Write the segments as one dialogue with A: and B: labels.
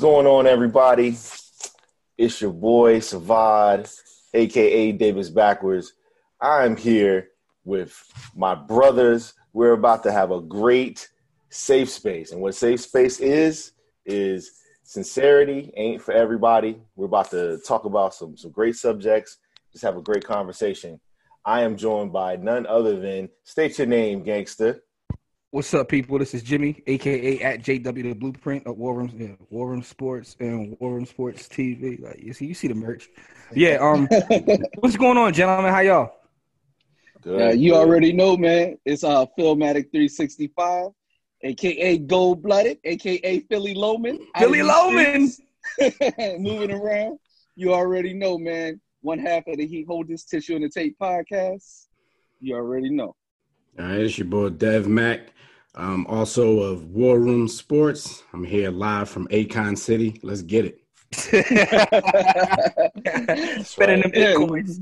A: going on, everybody? It's your boy Savad, aka Davis Backwards. I'm here with my brothers. We're about to have a great safe space. And what safe space is, is sincerity ain't for everybody. We're about to talk about some, some great subjects, just have a great conversation. I am joined by none other than state your name, gangster.
B: What's up, people? This is Jimmy, aka at JW the Blueprint at War Room, yeah, War Room Sports and War Room Sports TV. Like, you see, you see the merch. Yeah. Um, what's going on, gentlemen? How y'all?
A: Good.
C: Yeah, Uh, you
A: good.
C: already know, man. It's uh Philmatic 365, aka Gold Blooded, aka Philly Loman. Out
B: Philly
C: in the
B: Loman.
C: streets. Moving around. You already know, man. One half of the Heat Hold This Tissue and the Tape podcast. You already know.
D: All right, it's your boy Dev Mack, um, also of War Room Sports. I'm here live from Akon City. Let's get it.
B: Spending them
C: Yeah.
B: bitcoins.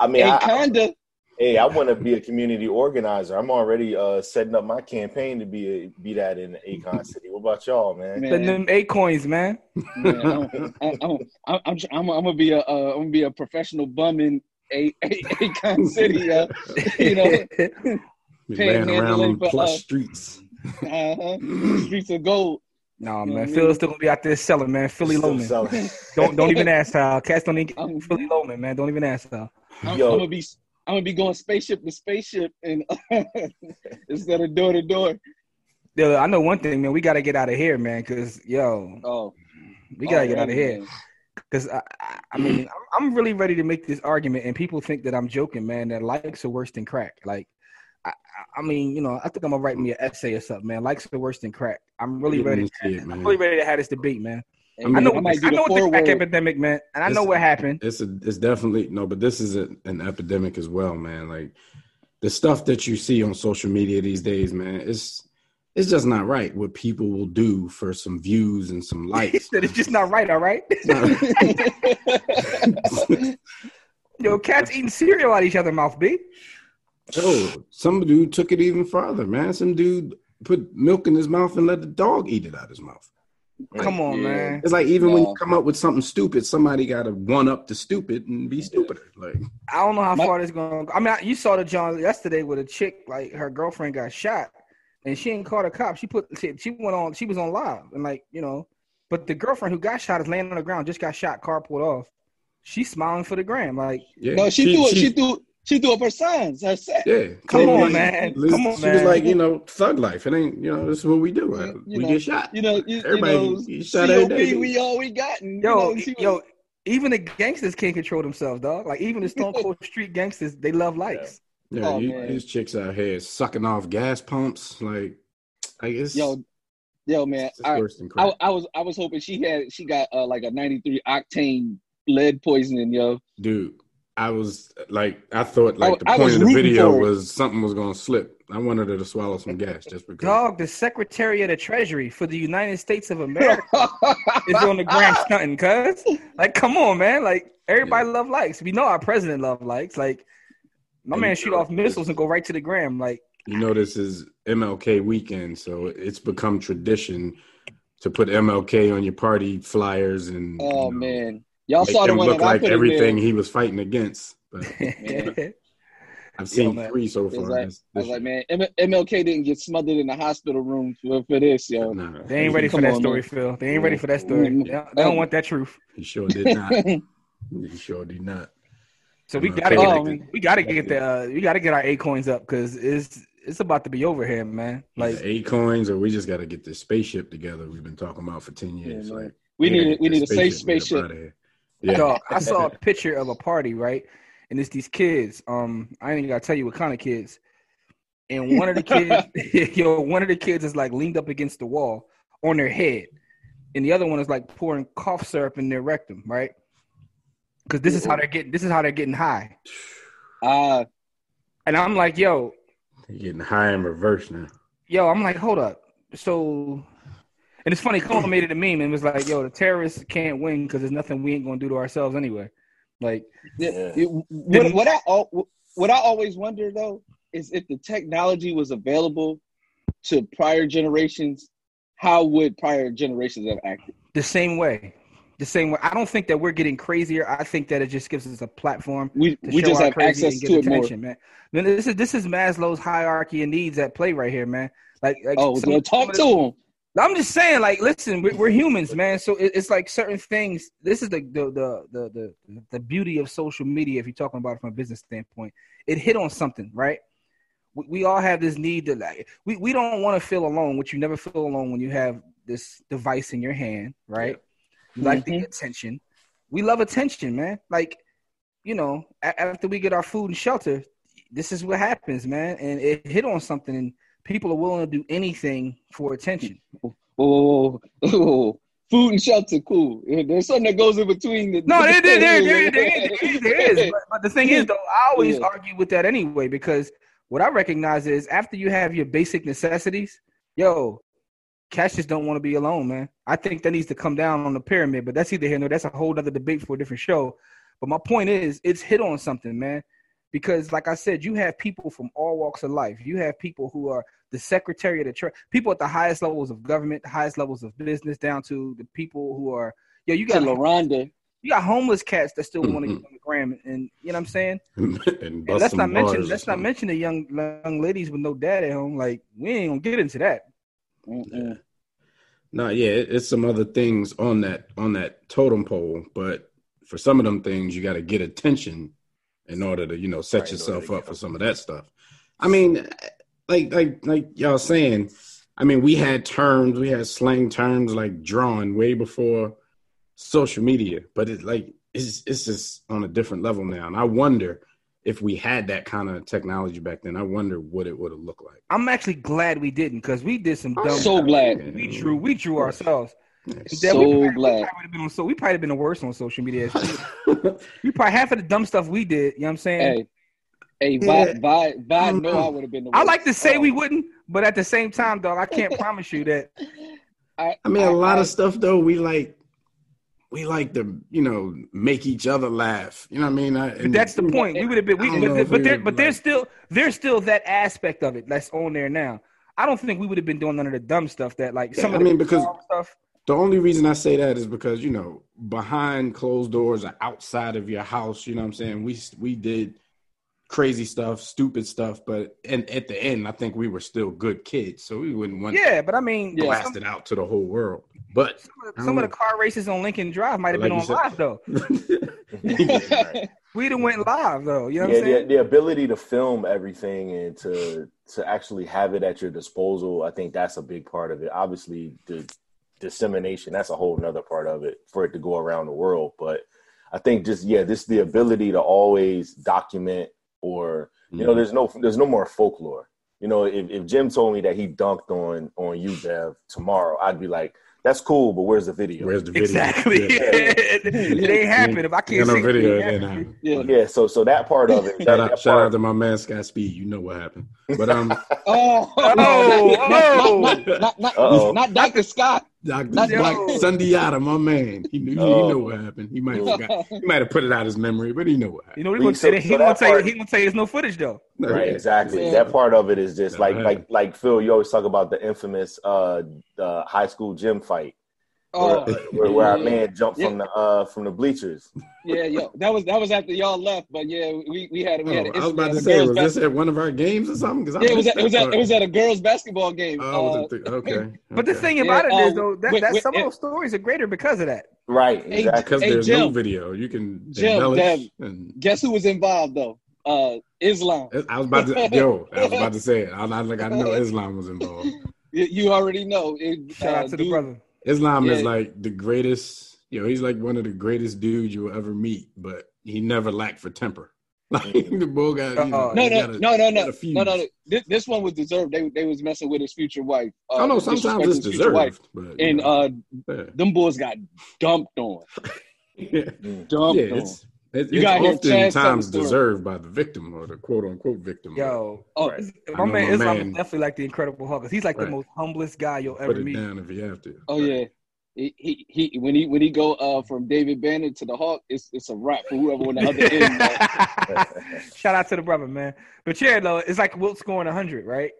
A: I mean, I,
C: and kinda
A: Hey, I want to be a community organizer. I'm already uh, setting up my campaign to be a, be that in Akon City. What about y'all, man?
C: man,
B: Spending them eight coins, man.
C: man, I'm, I'm, I'm, I'm, I'm, I'm gonna be a uh, I'm gonna be a professional bum in a, a, Akon City, uh, you know.
D: We
C: Hey,
D: laying
C: man,
D: around
C: delay
D: on
C: for
D: plush
C: us.
D: streets.
C: Uh-huh. Streets of gold.
B: nah,
C: You know what I
B: man.
C: mean?
B: Phil's still gonna be out there selling, man. Philly
A: Still
B: Loman.
A: selling.
B: Don't don't even ask how. Cats don't even
C: I'm-
B: get Philly Loman, man. Don't even ask how.
C: I'm,
A: Yo.
C: I'm gonna be I'm gonna be going spaceship to spaceship and instead of door to door.
B: Yeah, I know one thing, man. We gotta get out of here, man. Cause yo,
C: Oh,
B: we gotta
C: all
B: get
C: right,
B: out of here.
C: man.
B: Because I, I, I mean, I'm- I'm really ready to make this argument, and people think that I'm joking, man. That likes are worse than crack. Like, I, I- I mean, you know, I think I'm gonna write me an essay or something, man. Likes are worse than crack. I'm really
D: Get in
B: ready.
D: and see it,
B: I'm
D: man.
B: really ready to have this debate, man.
C: Hey,
D: I
B: I
D: mean,
B: know,
C: I
B: what
C: might
B: this-
C: do
B: I know
C: the
B: what this crack
C: forward.
B: epidemic, man, and I know
D: Listen.
B: what happened.
D: It's a, it's definitely no, but this is a, an epidemic as well, man. Like the stuff that you see on social media these days, man, it's it's just not right what people will do for some views and some likes.
B: that it's just not right. All right,
D: It's not-
B: yo, cats eating cereal out of each other mouth, b.
D: Yo, some dude took it even farther, man. Some dude put milk in his mouth and let the dog eat it out his mouth.
B: Come on,
C: Yeah.
B: man.
D: It's like even when
C: No.
D: you come up with something stupid, somebody got to one up the stupid and be stupider. Like
B: I don't know how
C: My-
B: far this going. to go. I mean, I- you saw the John yesterday with a chick, like her girlfriend got shot, and she didn't call the cops. She put she, she went on. She was on live, and like you know, but the girlfriend who got shot is laying on the ground, just got shot, car pulled off. She's smiling for the gram, like
D: yeah,
C: no, she, threw it. She, threw. She threw up her signs. Her set.
D: yeah.
B: Come
D: She
B: on,
D: was-
B: man.
D: she was-
B: Come on,
D: she was
B: man.
D: like, you know, thug life. It ain't, you know, this is what we do. Uh,
C: You- you
D: we
C: know,
D: get shot.
C: You know. You, you
D: Everybody
C: know.
D: gets shot every
C: COP,
D: day.
C: we all we got. And,
B: yo,
C: you know, she was-
B: yo, even the gangsters can't control themselves, dog. Like even the Stone Cold Street gangsters, they love likes.
D: Yeah,
C: Oh,
D: you-
C: man.
D: these chicks out here sucking off gas pumps. Like, I guess.
C: yo, yo, man.
D: it's
C: I,
D: worse than crap.
C: I, I was I was hoping she had she got uh, like a 93 octane lead poisoning, yo.
D: Dude, I was like, I thought like the
C: Oh, I- I
D: point
C: was
D: of the
C: rooting
D: video
C: for it.
D: was something was gonna slip. I wanted her to swallow some gas just because.
B: Dog, the Secretary of the Treasury for the United States of America. is on the gram stunting, cuz. Like, come on, man. Like, everybody love likes. We know our president love likes. Like, my
D: And
B: man
D: you
B: shoot
D: know-
B: off missiles and go right to the gram. Like,
D: You know, this is MLK weekend, so it's become tradition to put MLK on your party flyers and.
C: Oh
D: you know,
C: man, y'all
D: make
C: saw the
D: him
C: one
D: look
C: that I
D: like
C: put
D: everything
C: in
D: he was fighting against. But
C: Man.
D: I've seen
B: man.
D: three so
C: there. It
D: far.
C: was like,
D: this-
C: I was
D: this
C: like, man, M- MLK didn't get smothered in the hospital room for, for this,
D: year.
C: yo.
D: Nah,
B: they ain't
D: he-
B: ready for
C: Come
B: that
C: on,
B: story,
C: man.
B: Phil. They ain't ready for that story.
C: Mm,
B: They don't, they don't
C: mm.
B: want that truth.
D: He sure did not. he sure did not.
B: So we
D: MLK
B: gotta get,
C: Oh,
D: like
C: man.
B: we gotta get the, uh, we gotta get our eight coins up because it's, it's about to be over here, man.
D: like
B: Like,
D: eight coins, or we just got to get this spaceship together. We've been talking about for ten years.
C: man.
D: like
C: we
D: gotta
C: need
D: get
C: we
D: this
C: need a safe
D: up
C: spaceship.
D: outta here. Yeah,
B: dog, I saw a picture of a party, right? And it's these kids. Um, I ain't even gotta tell you what kind of kids. And one of the kids, yo, one of the kids is like leaned up against the wall on their head, and the other one is like pouring cough syrup in their rectum, right? Because this is how they're getting, this is how they're getting high.
C: Ah,
B: And I'm like, yo,
D: You're getting high in reverse now.
B: yo, I'm like, hold up. So, and it's funny, Cole made it a meme and was like, yo, the terrorists can't win because there's nothing we ain't gonna do to ourselves anyway. Like,
A: Yeah.
C: it- what, what I al- what I always wonder though is if the technology was available to prior generations, how would prior generations have acted?
B: the same way. The same way. I don't think that we're getting crazier. I think that it just gives us a platform
C: We
B: to
C: we
B: show
C: just
B: our
C: have
B: crazy
C: access
B: and get
C: to it more.
B: attention, man. Man, this is this is Maslow's hierarchy of needs at play right here, man. Like, like
C: Oh,
B: some-
C: well,
B: some
C: talk
B: of
C: to
B: the-
C: him.
B: I'm just saying, like, listen, we're, we're humans, man. So it, it's like certain things. This is the the, the the the the beauty of social media. If you're talking about it from a business standpoint, it hit on something, right? We, we all have this need to like. We we don't want to feel alone, which you never feel alone when you have this device in your hand, right? You like the attention. We love attention, man. Like, you know, a- after we get our food and shelter, this is what happens, man. And it hit on something, and people are willing to do anything for attention.
C: Oh, food and shelter, cool. Yeah, There's something that goes in between. The,
B: No, there, there, there, there, there, is- there is. There is. But, but the thing is, though, I always
C: Yeah.
B: argue with that anyway because what I recognize is after you have your basic necessities, yo, cats just don't want to be alone, man. I think that needs to come down on the pyramid, but that's either here nor that's a whole other debate for a different show. But my point is, it's hit on something, man. Because, like I said, you have people from all walks of life. You have people who are the secretary of the church, people at the highest levels of government, the highest levels of business, down to the people who are, yo, you
C: To
B: got
C: LaRonda.
B: you got homeless cats that still want to
D: Mhm.
B: get on the gram, and, and you know what I'm saying.
D: and
B: And
D: bust
B: let's
D: some
B: not mention
D: bars or
B: let's not
D: something.
B: mention the young young ladies with no dad at home. Like we ain't gonna get into that.
C: Mm-mm.
D: No, yeah, it- it's some other things on that on that totem pole, but for some of them things, you got to get attention in order to you know set
A: Right, in order
D: yourself
A: to
D: up
A: get
D: for some of that stuff. I mean, like like like y'all saying, I mean, we had terms, we had slang terms like drawn way before social media, but it like it's it's just on a different level now, and I wonder if we had that kind of technology back then, I wonder what it would have looked like.
B: I'm actually glad we didn't because we did some dumb.
C: so glad.
B: we drew we drew ourselves. Yeah, we
C: Mm. So
B: probably- We
C: glad.
B: probably, would've been on, so we probably have been the worst on social media.
D: glad.
B: we probably half of the dumb stuff we did. You know what I'm saying?
C: Hey, hey,
D: Yeah.
C: Vi, Vi, Vi,
D: Mm-mm.
C: no, I would have been the
B: I like to say
C: Oh.
B: we wouldn't, but at the same time, dog, I can't promise you that.
D: I mean, a lot
C: I-
D: of stuff though. We like, we like to, you know, make each other laugh. You know what I mean? I,
B: But that's the point. We would have been,
D: Mm. I
B: we,
D: don't
B: but,
D: know
B: the,
D: if we
B: but there,
D: would've
B: but there's
D: liked-
B: still, there's still that aspect of it that's on there now. I don't think we would have been doing none of the dumb stuff that, like,
D: Yeah,
B: some
D: I
B: of the
D: mean, because-
B: dumb stuff.
D: The only reason I say that is because you know, behind closed doors or outside of your house. You know what I'm saying? We we did crazy stuff, stupid stuff, but and at the end, I think we were still good kids, so we wouldn't want
B: Yeah, but I mean,
D: to
C: Yeah.
D: blast
B: some,
D: it out to the whole world. But
B: some of the-
D: I don't
B: some of the
D: know.
B: car races on Lincoln Drive might have
D: Like
B: been
D: you
B: on live
D: said.
B: though.
A: Right.
B: We'd have went live though. You know what
A: yeah,
B: I'm saying?
A: the, the ability to film everything and to to actually have it at your disposal, I think that's a big part of it. Obviously, the dissemination that's a whole nother part of it for it to go around the world. But I think just yeah, this the ability to always document or you know, there's no there's no more folklore. You know, if, if Jim told me that he dunked on on you, Dev, tomorrow, I'd be like, that's cool, but where's the video?
D: where's the video?
B: Exactly.
D: Yeah.
B: it ain't happen if I
D: Ain't
B: can't
D: no
B: see it, it
D: video.
B: ain't
D: it ain't
B: happen.
C: Yeah.
D: happening.
A: yeah, so so that part of it. that,
D: Shout out,
A: that
D: shout
A: part-
D: out to my man Scott Speed. You know what happened, but um,
C: Oh,
B: Oh, oh.
C: not, not, not,
A: Uh-oh.
C: not, not Dr. Scott.
D: Doctor
C: Not-
D: Black
B: Yo.
D: Sundiata, my man. He knew, he,
A: Oh.
D: know what happened. He might have forgot. He might have put it out his memory, but he know what
B: You
D: happened.
B: know what he
A: We-
B: gonna
A: so-
B: say? He
A: so
B: gonna
A: that
B: tell you.
A: part-
B: He gonna tell you there's no footage though.
A: Right,
D: oh,
A: exactly.
C: Yeah.
A: That part of it is just
D: Never
A: like
D: had
A: like
D: it.
A: like Phil. You always talk about the infamous uh, uh high school gym fight
C: Oh,
A: where, where, where our
C: yeah.
A: man jumped from the uh from the bleachers.
C: yeah, yo, that was that was after y'all left, but yeah, we, we had
D: Oh,
C: we had. an
D: I was
C: incident
D: about to
C: at a
D: say,
C: girls'
D: was
C: bas-
D: this at one of our games or something? 'Cause I
C: Yeah, it was
D: missed
C: at, it was
D: that
C: at it was
D: part.
C: at a girls' basketball game.
D: Oh, was
C: Uh,
D: it the- okay.
B: But the
D: okay.
B: thing
C: Yeah,
B: about it
C: uh,
B: is though, that,
C: wait,
B: that
C: wait,
B: some
C: it-
B: of those stories are greater because of that.
A: Right,
C: Hey,
A: exactly.
D: because
C: Hey,
D: there's no
C: Jim.
D: video, you can
C: Jim,
D: embellish.
C: Dev.
D: And
C: guess who was involved though? Uh, Islam.
D: I was about to, yo, I was about to say it. I, I like, I know Islam was involved.
C: You, you already know. It,
B: Shout
C: uh,
B: out to the
C: dude-
B: brother.
D: Islam is
C: Yeah.
D: like the greatest, you know, he's like one of the greatest dudes you'll ever meet, but he never lacked for temper. Like the bull got, you know,
B: Uh-uh.
C: Mm. No,
D: he
C: no,
D: got a-
C: no, no,
D: got
C: no,
D: a fuse.
C: no, no. no. This, this one was deserved. They they was messing with his future wife. Uh,
D: I know sometimes
C: disrespecting
D: it's
C: his future wife.
D: deserved, but you
C: And
D: know,
C: uh,
D: yeah.
C: them boys got dumped on.
D: yeah,
A: Mm.
C: Dumped on.
D: it's it,
C: um, You
D: it's
C: gotta hear
D: often
C: Chaz tell the
D: times
C: story.
D: deserved by the victim or the quote unquote victim.
B: Yo,
C: Oh,
A: Right.
D: I
B: my
D: know
B: man
D: my
B: Islam
D: man-
B: is definitely like the Incredible Hulk. 'cause He's like
D: Right.
B: the most humblest guy you'll
D: put
B: ever
D: it
B: meet.
D: down if you have to.
C: Oh yeah, he, he he. When he when he go uh from David Bannon to the Hawk, it's it's a wrap for whoever on the other end. man.
B: Shout out to the brother, man. But yeah, though, it's like Wilt's scoring 100, right?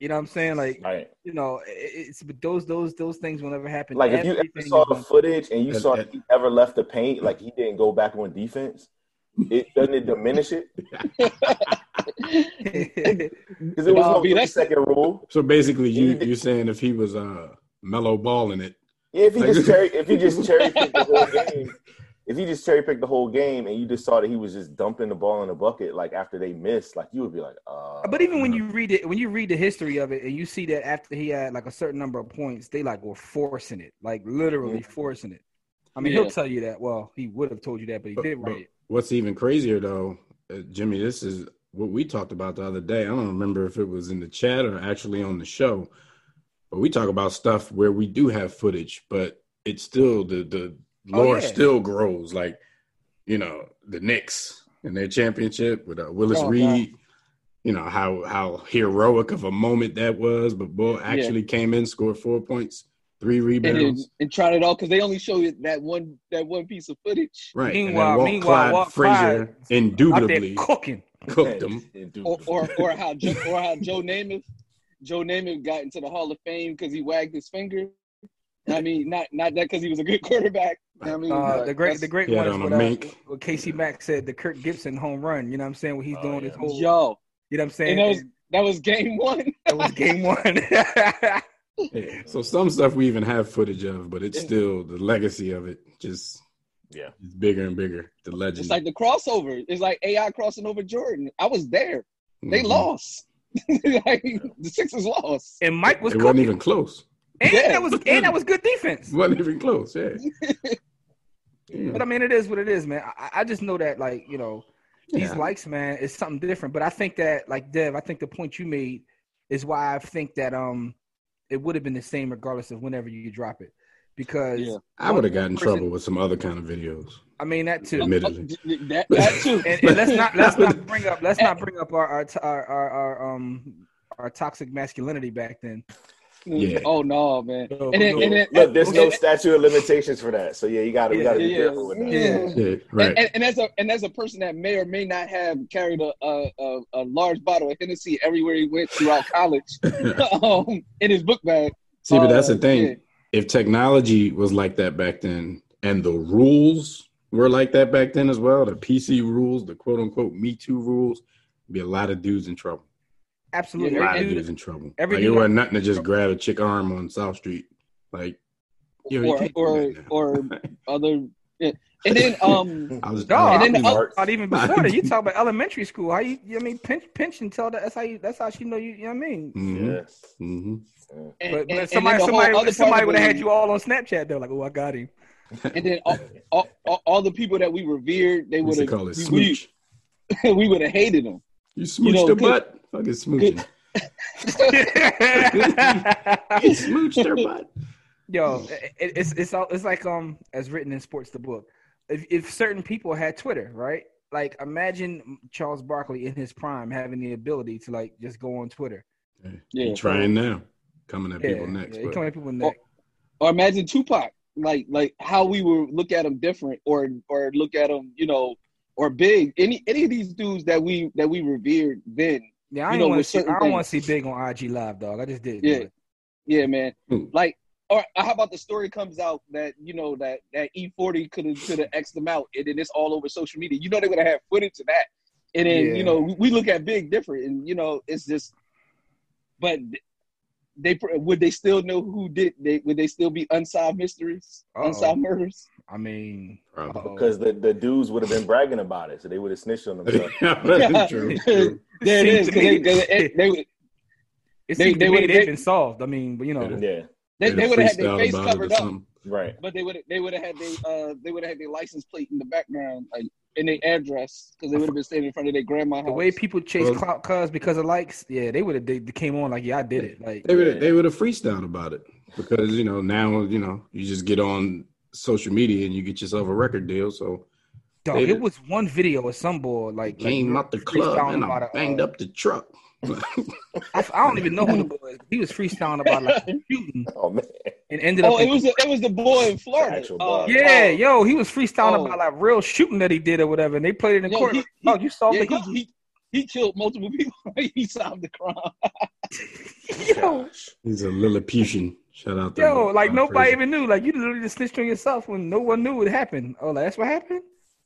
B: You know what I'm saying? Like
A: Right.
B: you know, it- it's but those those those things will never happen.
A: Like if you ever
B: Everything
A: saw
B: is
A: the footage and you
D: And-
A: saw
D: and-
A: he ever left the paint, like he didn't go back on defense, it doesn't it diminish it
B: on-
A: because it was
C: Nah,
A: no
C: B,
A: second
C: that's-
A: rule.
D: So basically, you you're saying if he was uh mellow ball in it,
A: Yeah, if he
D: Like-
A: just cherry if he just cherry picked the whole game, if he just cherry picked the whole game and you just saw that he was just dumping the ball in the bucket, like after they missed, like you would be like, uh.
B: but even when you read it, when you read the history of it, and you see that after he had like a certain number of points, they like were forcing it, like literally forcing it. I mean,
C: Yeah.
B: he'll tell you that. Well, he would have told you that, but he
D: But-
B: did
D: but
B: write it.
D: What's even crazier though, uh, Jimmy, this is what we talked about the other day. I don't remember if it was in the chat or actually on the show, but we talk about stuff where we do have footage, but it's still the the
B: Oh,
D: lore
B: yeah.
D: still grows. Like you know the Knicks and their championship with uh, Willis
B: Oh,
D: Reed. You know how how heroic of a moment that was, but Bull actually came in, scored four points, three
C: and,
D: rebounds.
C: then- and tried it all because they only show you that one that one piece of footage.
D: Right.
B: Meanwhile-
D: and then Walt
B: meanwhile,
D: Clyde
B: Walt
D: Frazier
B: Clyde Out there
D: indubitably
B: cooking.
D: cooked them.
C: or or, or how Joe, or how Joe Namath Joe Namath got into the Hall of Fame because he wagged his finger. I mean, not not that because he was a good quarterback. You know what I mean,
B: Uh,
C: But
B: the great,
C: that's-
B: the great
D: He had
B: one is
D: on a
B: what, I,
D: mink.
B: what Casey Mack said, the Kirk Gibson home run. You know what I'm saying? What he's
A: Oh,
B: doing
A: yeah.
B: his whole.
C: yo.
B: You know what I'm saying?
C: And that was that was game one.
B: that was game one.
D: Yeah. So some stuff we even have footage of, but it's still the legacy of it just
A: Yeah.
D: it's bigger and bigger. The legend.
C: It's like the crossover. It's like AI crossing over Jordan. I was there. They
D: Mhm.
C: lost. like, the Sixers lost.
B: and Mike was
D: It wasn't
B: cooking.
D: even close.
B: and
C: Yeah.
B: that was and that was good defense.
D: It wasn't even close. Yeah. Yeah.
B: But I mean, it is what it is, man. I, I just know that, like, you know, these
D: Yeah.
B: likes, man, is something different. But I think that, like, Dev, I think the point you made is why I think that um, it would have been the same regardless of whenever you drop it, because
C: Yeah.
D: I would have got in
B: Person-
D: trouble with some other kind of videos.
B: I mean that too.
D: Admittedly.
C: that, that too.
B: And, and let's not let's not bring up let's
C: Eh.
B: not bring up our our to- our, our, our um our toxic masculinity back then.
D: Yeah.
C: Oh no, man.
B: No,
C: and then,
B: no.
C: and then,
A: Look, there's no
C: and-
A: statute of limitations for that. So yeah, you got to we got to be
C: Yeah, yeah.
A: careful with that.
C: Yeah.
D: Yeah. Right.
C: And, and, and as a and as a person that may or may not have carried a a, a, a large bottle of Hennessy everywhere he went throughout college, um, in his book bag.
D: See, but that's
C: uh,
D: the thing.
C: yeah.
D: If technology was like that back then, and the rules were like that back then as well, the PC rules, the quote unquote Me Too rules, be a lot of dudes in trouble.
B: Absolutely,
D: A lot
B: Every
D: of
B: dude-
D: dudes in trouble.
B: every
D: like, it
B: dude-
D: wasn't nothing to just grab a chick arm on South Street. Like, you know, you
C: Or-
D: can't do
C: or-
D: that now.
C: or- Other, yeah. and then um,
D: I was,
B: Dog,
D: I
C: And then
D: was-
C: the other-
B: Not even before that. You talk about elementary school. How you? you know what I mean, pinch, pinch and tell that. That's how you. That's how she know you. You know what I mean?
D: Mhm,
A: Yeah.
C: Mm-hmm.
D: mhm.
C: and,
B: But,
C: and-
B: but
C: and
B: somebody,
C: then the whole other part
B: somebody,
C: of
B: somebody
C: it
B: would have had
C: was-
B: you all on Snapchat though. Like, oh, I got him.
C: And then all, all, all, all the people that we revered, they
D: We used
C: would
D: to call it
C: have we,
D: smooch.
C: we would have hated them.
D: You
C: you
D: smooched
C: know,
D: her
C: good-
D: butt. Fucking smooching. You smooched her butt. Hmm.
B: Yo, it, it's it's all, it's like um as written in sports the book. If if certain people had Twitter, right? Like imagine Charles Barkley in his prime having the ability to like just go on Twitter.
C: Yeah.
D: You trying now. Coming at
B: Yeah,
D: people next.
B: yeah, he
D: but-
B: coming at people next.
C: Or imagine Tupac, like like how we would look at him different, or or look at him, you know, or big. Any any of these dudes that we that we revered then.
B: yeah,
C: you
B: I
C: know,
B: don't want
C: with
B: to see. I
C: certain
B: don't want to see big on IG live, dog. I just did.
C: Yeah. Yeah, man.
D: Hmm.
C: Like, or how about the story comes out that you know that that E forty could have could have X'd them out, and then it's all over social media. You know they're gonna have footage of that, and then
B: Yeah.
C: you know we look at big different, and you know it's just. But they pr- would they still know who did? They would they still be unsolved mysteries,
B: Uh-oh.
C: unsolved murders?
B: I mean, uh,
D: Probably.
A: Because the, the dudes would have been bragging about it, so they would have snitched on themselves.
D: Yeah, true, true.
C: There it
B: Seems
C: is.
B: to
C: 'cause They,
B: me-
C: they, they,
B: It
C: They-
B: seems
C: they
B: to
C: would've-
B: me they've
C: they-
B: been solved. I mean, but you know,
A: yeah,
C: they,
D: They'd
C: would have had their
D: freestyled
C: face
D: about it or
C: covered up.
D: something.
A: right.
C: But they would they would have had they uh they would have had their license plate in the background like in their address because they would have been standing in front of their grandma house.
B: the way people chase
D: Well-
B: clout cuz because of likes, yeah, they would have they, they came on like, yeah, I did it. Like,
D: They would they would have freestyled about it because you know now you know you just get on social media and you get yourself a record deal. So
B: dog,
D: they-
B: it was one video of some boy like
D: came
B: like,
D: out the club
B: freestyling
D: and I
B: about a,
D: banged
B: uh,
D: up the truck.
B: I, I don't even know who the boy is. He was freestyling about like a shooting
A: Oh man,
B: and ended
C: Oh,
B: up.
C: it
B: in-
C: was the, it was the boy in Florida.
A: actual
C: Uh,
A: boy.
B: yeah, yo, he was freestyling
C: Oh.
B: about like real shooting that he did or whatever, and they played it in
C: Yo,
B: court.
C: he-
B: Like, dog, you saw
C: yeah,
B: me.
C: he, he, He killed multiple people. he solved the crime.
B: yo,
D: He's a Lilliputian. Shout out to
B: yo, like
D: uh,
B: nobody
D: Fraser.
B: even knew. Like you literally just snitched on yourself when no one knew it happened. Oh, like, that's what happened.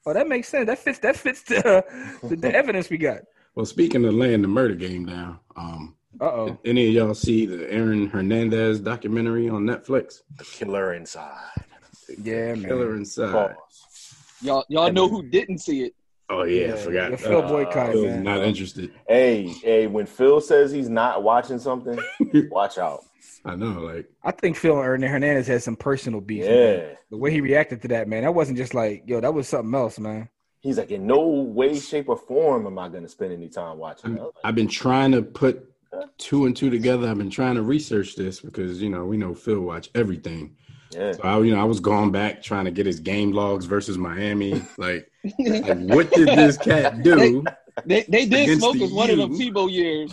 B: Oh, that makes sense. That fits. That fits the the, the evidence we got.
D: Well, speaking of laying the murder game down, um,
B: Uh oh.
D: any of y'all see the Aaron Hernandez documentary on Netflix?
A: The killer inside.
B: Yeah, Oh, man. Oh.
D: Killer Inside.
A: Pause.
C: Y'all, y'all know who didn't see it.
D: Oh yeah, I forgot.
B: Yeah, Phil
D: Uh,
B: boycotted,
D: Phil's
B: man.
D: not interested.
A: Hey, hey, when Phil says he's not watching something, watch out.
D: I know, like
B: I think Phil and Hernandez had some personal beef. man.
A: Yeah.
B: The way he reacted to that, man, that wasn't just like, yo, that was something else, man.
A: He's like, in no way, shape, or form am I going to spend any time watching. that. I was like,
D: I've been trying to put two and two together. I've been trying to research this because you know we know Phil watch everything.
A: yeah.
D: So I, you know, I was going back trying to get his game logs versus Miami. Like, like what did this cat do?
C: They, they did
D: Against
C: smoke
D: the
C: us one of them
D: U.
C: Tebow years.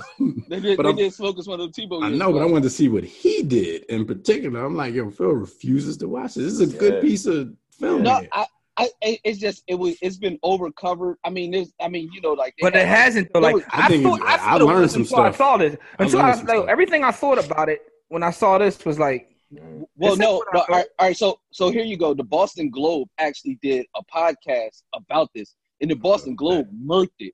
C: They did,
D: But
C: they
D: I'm-
C: did smoke us one of them Tebow
D: I
C: years.
D: know, but I wanted to see what he did in particular. I'm like, yo, Phil refuses to watch this. This is a
A: Yeah.
D: good piece of film.
C: No,
D: here.
C: I, I, it- it's just it was it's been overcovered. I mean, there's, I mean, you know, like they
B: But it
C: had-
B: hasn't though.
C: That
B: Like
C: was-
D: I
B: I,
D: think
B: thought,
D: it-
B: I,
D: I
B: thought
D: learned
B: this
D: some
B: before
D: stuff.
B: I saw this.
D: I
B: Until I,
D: learned some
B: like,
D: stuff.
B: everything I thought about it when I saw this was like,
A: Mhm.
C: Well,
B: This
C: no,
B: is what I
C: but
B: thought.
C: all right, all right. So, so here you go. The Boston Globe actually did a podcast about this, and the Boston Globe murked it,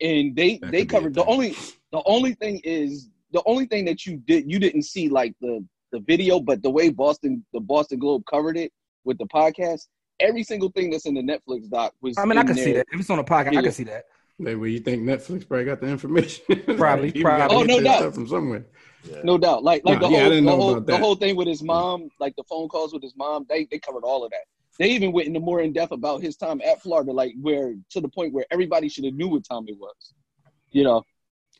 C: and they
D: That
C: they
D: could be a
C: covered the
D: thing.
C: only the only thing is the only thing that you did you didn't see like the the video, but the way Boston the Boston Globe covered it with the podcast, every single thing that's in the Netflix doc was.
B: I mean, I
C: in
B: can see
C: there.
B: that. If it's on a podcast,
C: Yeah.
B: I can see that.
D: Like, well, you think Netflix probably got the information?
B: Probably,
D: People
B: probably.
D: gotta
C: Oh,
D: get
C: no
D: their
C: doubt.
D: stuff from somewhere.
A: Yeah.
C: No doubt. Like like
D: No,
C: the
D: yeah, I
C: whole
D: didn't
C: the
D: know
C: whole
D: about
C: the
D: that.
C: whole thing with his mom, like the phone calls with his mom, they they covered all of that. They even went into more in depth about his time at Florida, like where to the point where everybody should have knew what time it was. You know,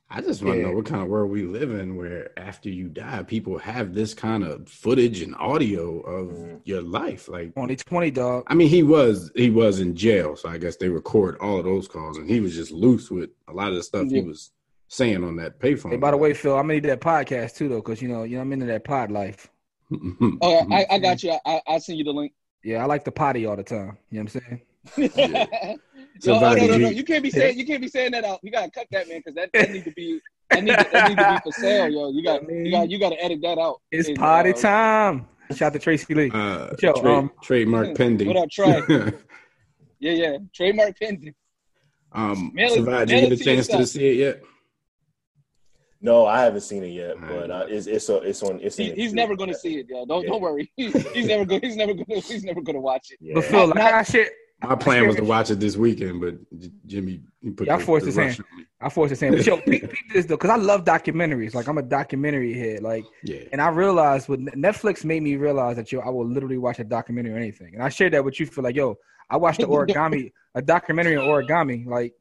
D: I just want to
B: Yeah.
D: know what kind of world we live in where after you die, people have this kind of footage and audio of
A: Mhm.
D: your life. Like,
B: Only twenty, dog.
D: I mean, he was he was in jail, so I guess they record all of those calls, and he was just loose with a lot of the stuff he
C: Yeah.
D: was saying on that payphone.
B: Hey, by the way, Phil, I'm into that podcast too, though, because you know, you know, I'm into that pod life.
C: oh, I, I, I
D: Mm-hmm.
C: got you. I, I I send you the link.
B: Yeah, I like to potty all the time. You know what I'm saying?
D: Yeah.
C: Yo, oh, no, no, no,
D: Somebody-
C: you can't be saying you can't be saying that out. You gotta cut that man because that, that need to be that need, to, that need to be for sale, yo. You got you got you got to edit that out.
B: It's
C: And,
B: potty
C: uh,
B: time. Shout out to Tracy Lee.
D: Uh,
B: Yo,
D: trade-
B: um,
D: trademark pending.
C: What up, Trey? Yeah, yeah. Trademark pending.
D: um,
C: Mail it-
D: Savage, you
C: mail it
D: get a
C: to
D: chance to
C: yourself.
D: see it yet?
A: No, I haven't seen it yet,
D: All
A: but
D: right.
A: uh, it's it's a, it's on it's in
C: He,
A: the
C: he's
A: queue.
C: never gonna see it, yo. Don't don't worry. He's never gonna he's never gonna he's never gonna watch it.
A: Yeah.
B: But Phil, like I said,
D: My plan was to watch it this weekend, but J- Jimmy, you put
B: Y'all
D: the,
B: forced
D: the
B: his hand.
D: rush on me.
B: I forced the same. But yo, peep, peep this though, because I love documentaries. Like I'm a documentary head. Like,
D: Yeah.
B: and I realized with Netflix made me realize that yo, I will literally watch a documentary or anything. And I shared that with you for like, yo, I watched the origami, a documentary on origami, like,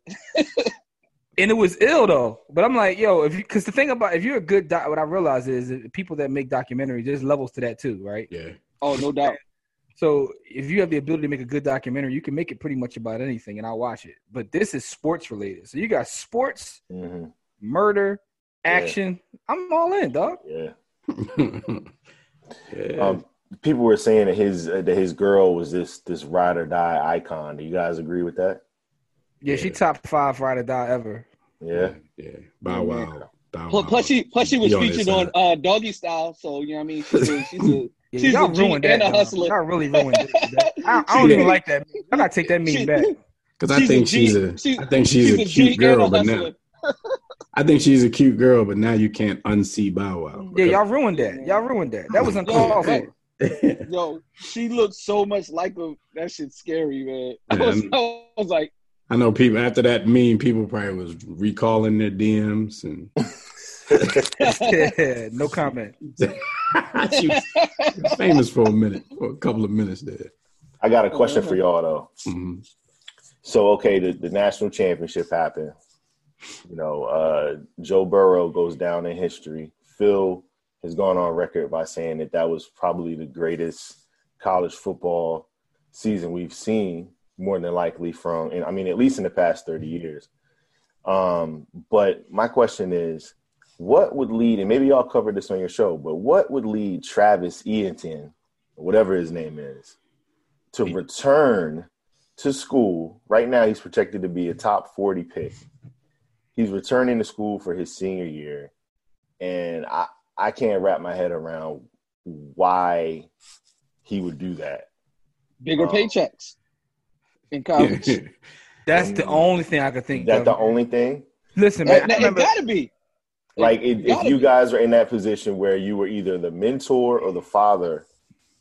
B: and it was ill though. But I'm like, yo, if you, because the thing about if you're a good doc, what I realize is that people that make documentaries, there's levels to that too, right?
D: Yeah.
C: Oh, no doubt.
B: So if you have the ability to make a good documentary, you can make it pretty much about anything, and I'll watch it. But this is sports related, so you got sports
A: hmm
B: murder,
A: Yeah.
B: action. I'm all in, dog.
A: yeah.
D: yeah.
A: Um, people were saying that his uh, that his girl was this this ride or die icon. Do you guys agree with that?
B: Yeah, she
D: Yeah.
B: top five ride or die ever.
A: Yeah.
D: Yeah. Bow wow. Bow
C: Plus,
D: wow.
C: plus she plus she was
D: Be on his
C: featured on
D: side.
C: uh, Doggy Style, so you know what I mean. She's a, she's a
B: Yeah,
C: She's
B: y'all
C: a G
B: ruined
C: and
B: that.
C: a
B: dog.
C: hustler.
B: Y'all really ruined it. I, I don't
D: She-
B: even like that. meme. Y'all gotta take that meme
C: She-
B: back.
D: Because I
C: she's a
D: think
C: G-
D: she's a,
C: she's-
D: I think she's,
C: she's
D: a
C: a
D: cute
C: G and
D: girl,
C: a
D: but now
C: hustler.
D: I think she's a cute girl, but now you can't unsee Bow Wow.
B: Yeah, y'all ruined that. Y'all ruined that. That was uncalled
C: Yeah,
B: for.
D: y'all.
C: Yo, she looks so much like him. That shit's scary, man. I
D: Yeah,
C: was,
D: I'm-
C: I was like,
D: I know people after that meme, people probably was recalling their DMs and
B: Yeah, no comment.
D: she was famous for a minute, for a couple of minutes there.
A: I got a
C: Oh,
A: question for y'all though.
D: Mhm.
A: So okay, the, the national championship happened. You know, uh, Joe Burrow goes down in history. Phil has gone on record by saying that that was probably the greatest college football season we've seen, more than likely from, and I mean, at least in the past thirty years. Um, but my question is, what would lead, and maybe y'all covered this on your show, but what would lead Travis Eaton, whatever his name is, to return to school? Right now, he's projected to be a top 40 pick. He's returning to school for his senior year, and I I can't wrap my head around why he would do that.
C: Bigger
A: Um,
B: Oh.
C: paychecks in college.
D: Yeah.
B: That's the only thing I could think
A: Is Mm. that
B: of.
A: the only thing?
B: Listen,
C: That-
B: man, I
C: that- it
B: remember
C: gotta be. It
A: Like, if, if
C: gotta
A: you
C: be.
A: guys are in that position where you were either the mentor or the father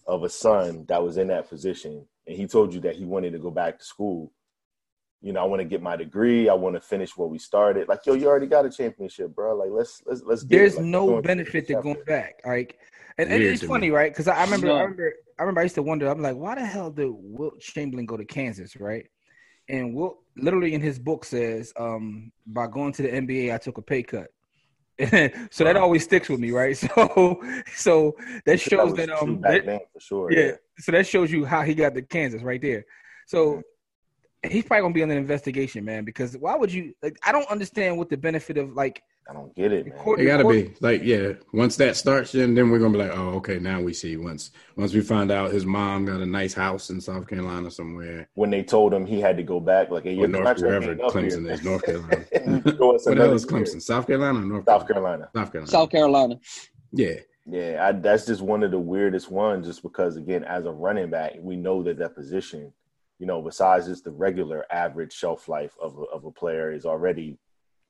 A: of a son that was in that position, and he told you that he wanted to go back to school, you know, I want to get my degree, I want to finish what we started. Like, yo, you already got a championship, bro. Like, let's let's let's. Get it.
B: there's
A: Like,
B: no
A: going-
B: benefit to going back. Like, and, and
D: Weird
B: it's
D: to
B: funny, right? Because I, I remember,
C: No.
B: I remember, I remember, I used to wonder. I'm like, why the hell did Wilt Chamberlain go to Kansas, right? And Wilt literally in his book says, um, by going to the NBA, I took a pay cut. so that always sticks with me, right? So, so that shows
A: was
B: that
A: true
B: um,
A: back
B: that-
A: then for sure.
B: yeah. So that shows you how he got to Kansas right there. So he's probably gonna be under investigation, man. Because why would you? Like, I don't understand what the benefit of like
A: I don't get it,
B: The
A: man.
B: court-
D: It gotta be like yeah. Once that starts, then then we're gonna be like, oh, okay, now we see. Once once we find out his mom got a nice house in South Carolina somewhere,
A: When they told him he had to go back, like, hey,
D: or
A: your
D: North
A: contract
D: wherever
A: ain't up
D: Clemson
A: here.
D: is, North Carolina.
A: Throw us
D: what the hell
A: another
D: is
A: year.
D: Clemson? South Carolina, or North
A: South Carolina.
D: South Carolina.
C: South Carolina.
D: Yeah,
A: Yeah, I, that's just one of the weirdest ones, just because again, as a running back, we know that that position, you know, besides just the regular average shelf life of a, of a player is already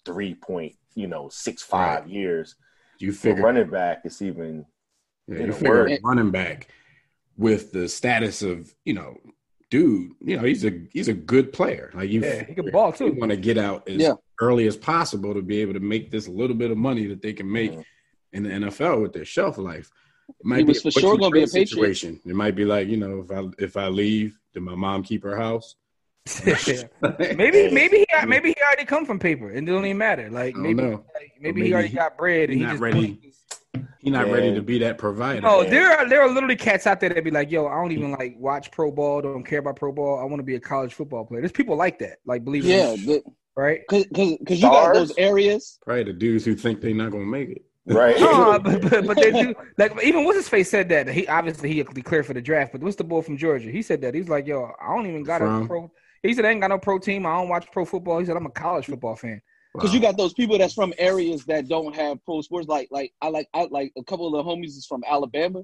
A: three point, you know, six five years.
D: you
A: For
D: figure
A: running back, it's even
D: Yeah,
A: in
D: you
A: a
D: figure
A: word.
D: a running back with the status of you know, dude, you know he's a he's a good player. Like you,
B: yeah, he could ball too.
D: want to get out as
C: Yeah.
D: early as possible to be able to make this little bit of money that they can make
A: Mhm.
D: in the NFL with their shelf life. It
C: He was for sure gonna be a
D: what's-and-trade
C: Patriot.
D: situation. It might be like you know if I if I leave, did my mom keep her house? I
B: maybe, maybe he, maybe he already come from paper, and it don't even matter. Like
D: don't
B: maybe,
D: know.
B: like, maybe,
D: maybe
B: he already
D: he-
B: got bread, and
D: he
B: he
D: not
B: just
D: ready. He's not ready
A: Yeah.
D: to be that provider.
B: No,
A: Yeah.
B: there are there are literally cats out there that be like, "Yo, I don't even like watch pro ball. Don't care about pro ball. I want to be a college football player." There's people like that, like believe it or
C: Yeah,
B: not,
C: the,
B: right?
C: cause, cause, 'cause you got
A: Stars?
C: those areas.
D: Probably the dudes who think they're not gonna make it.
A: right.
B: No, but, but but they do. Like even what's his face said that he obviously he declared for the draft. But what's the boy from Georgia? He said that he was like, "Yo, I don't even got
D: From?
B: a pro." He said, "I ain't got no pro team. I don't watch pro football." He said, "I'm a college football fan."
C: Cause you got those people that's from areas that don't have pro sports. Like, like I like, I like a couple of the homies is from Alabama.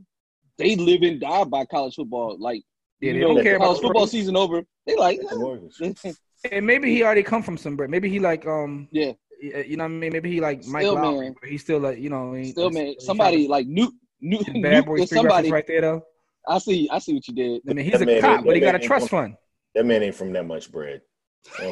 C: They live and die by college football. Like,
B: Yeah, they
C: you know,
B: don't care about
C: college football
B: football.
C: season over. They like,
B: And maybe he already come from some. Maybe he like um.
C: Yeah.
B: y- You know what I mean? Maybe he like Mike
C: Still,
B: Lowry.
C: man.
B: but He's still like you know. he-
C: still, man,
B: he's
C: somebody like Nuke, Nuke,
B: trying to- Bad
C: Nuke
B: Boys
C: was
B: three reference
C: somebody.
B: right there though.
C: I see, I see what you did.
B: I mean, he's
A: That
B: a
A: man
B: cop,
A: ain't-
B: but he
A: that
B: got a
A: man ain't
B: trust
A: from-
B: fund.
A: That man ain't from that much bread.
C: Yeah.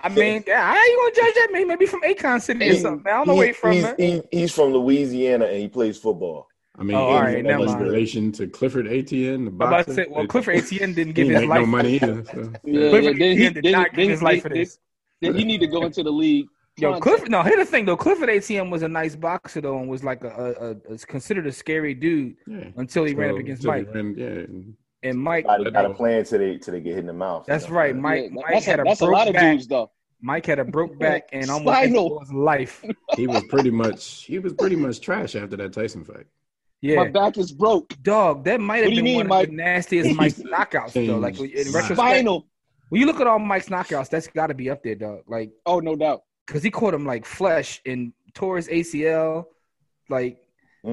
B: I mean, yeah, I ain't gonna judge that man. Maybe from Akon City or
A: He-
B: something. I don't know where he's from.
A: he's,
B: man.
A: he- he's from Louisiana and he plays football.
D: I mean,
B: Oh, all
A: right,
D: in
A: never
D: much
A: mind.
D: relation to Clifford Etienne, the
B: I'm
D: boxer.
B: about to say, well,
D: It-
B: Clifford Etienne didn't
D: he
B: give his
D: make no
B: life.
D: money either. So.
B: Clifford
C: Yeah, yeah, then he-
B: Etienne did
C: then-
B: not give
C: then-
B: his life for
C: then-
B: this.
C: Then he need to go into the league.
B: Yo,
C: contact.
B: Clifford. No, here's the thing though. Clifford Etienne was a nice boxer though, and was like a, a, a, is considered a scary dude
D: Yeah.
B: until he ran up
D: So,
B: against
D: so they
B: Mike.
D: ran- yeah.
B: And Mike,
A: Everybody got a plan till they till they get hit in the mouth. you
B: that's
A: know?
B: right.
D: Yeah,
B: Mike,
C: Yeah,
B: Mike
C: that's
B: had
C: a,
B: a
C: that's a lot
B: broke
C: of
B: back.
C: dudes though.
B: Mike had a broke back and almost ended
C: Spinal.
B: his life.
D: He was pretty much he was pretty much trash after that Tyson fight.
B: Yeah,
C: My back is broke.
B: dog. That might have
C: What do you
B: been
C: mean,
B: one
C: Mike?
B: of the nastiest Mike knockouts though. Like in
D: Changed
B: retrospect,
C: Spinal.
B: When you look at all Mike's knockouts, that's got to be up there, dog. Like,
C: Oh, no doubt.
B: cause he caught him like flesh and tore his ACL. Like,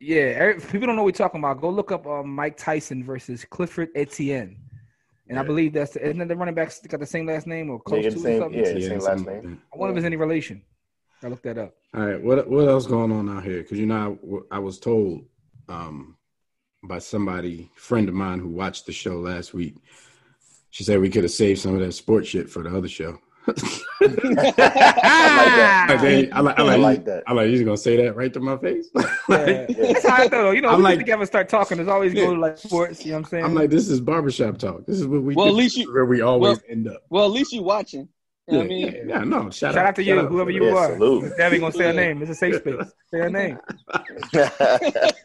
A: Mm.
B: yeah, every- people don't know what we're talking about. Go look up um, Mike Tyson versus Clifford Etienne, and I
D: Yeah.
B: believe that's the, isn't that the running backs got the same last name or close
A: got
B: to
A: the
B: or
A: same-
B: something.
A: yeah. same last
D: something like
A: name.
B: I wonder if there's any relation. I looked that up.
D: that. All right, what what else going on out here? Because you know, I, I was told um, by somebody friend of mine who watched the show last week. She said we could have saved some of that sports shit for the other show.
A: that.
D: I like, I like, I
A: I
D: like,
A: like that.
D: I'm like, you just gonna say that right to my face?
B: Yeah. That's how I thought, though. You know,
D: I'm
B: we
D: like-
B: like, together start talking. There's always
D: Yeah.
B: go to like sports. You know what I'm saying?
D: I'm like, this is barbershop talk. This is what we
C: Well,
D: do.
C: at least you-
D: This is where we always
C: well,
D: end up.
C: well, at least you watching. You know what I mean?
D: yeah, yeah, no, shout,
B: shout out to you, whoever you
A: Yeah,
B: are.
A: salute.
B: Debbie gonna say her name. It's a safe space. Say her name.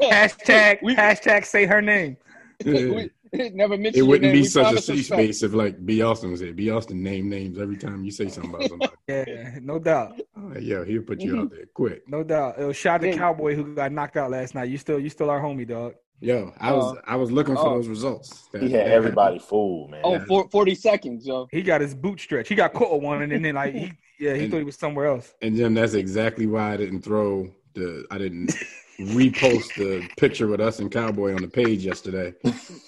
B: Hashtag
C: We-
B: hashtag say her name.
D: Yeah.
C: We- Never mention
D: It
C: your
D: wouldn't
C: name.
D: be
C: We
D: such a
C: promise
D: safe
C: respect.
D: space if like B Austin was here. B Austin name names every time you say something about somebody.
B: Yeah, no doubt,
D: I'm like, yo, he'll put you out there quick.
B: no doubt. It was shot the
C: Yeah.
B: cowboy who got knocked out last night. You still, you still our homie, dog.
D: Yo, I was I was looking
C: oh.
D: for those results.
A: He had everybody fooled, man.
C: Oh,
D: Yeah.
C: for, 40 seconds, yo.
B: He got his boot stretched. He got caught one, and then like, he, yeah, he
D: And-
B: thought he was somewhere else.
D: And Jim, that's exactly why I didn't throw the I didn't repost the picture with us and Cowboy on the page yesterday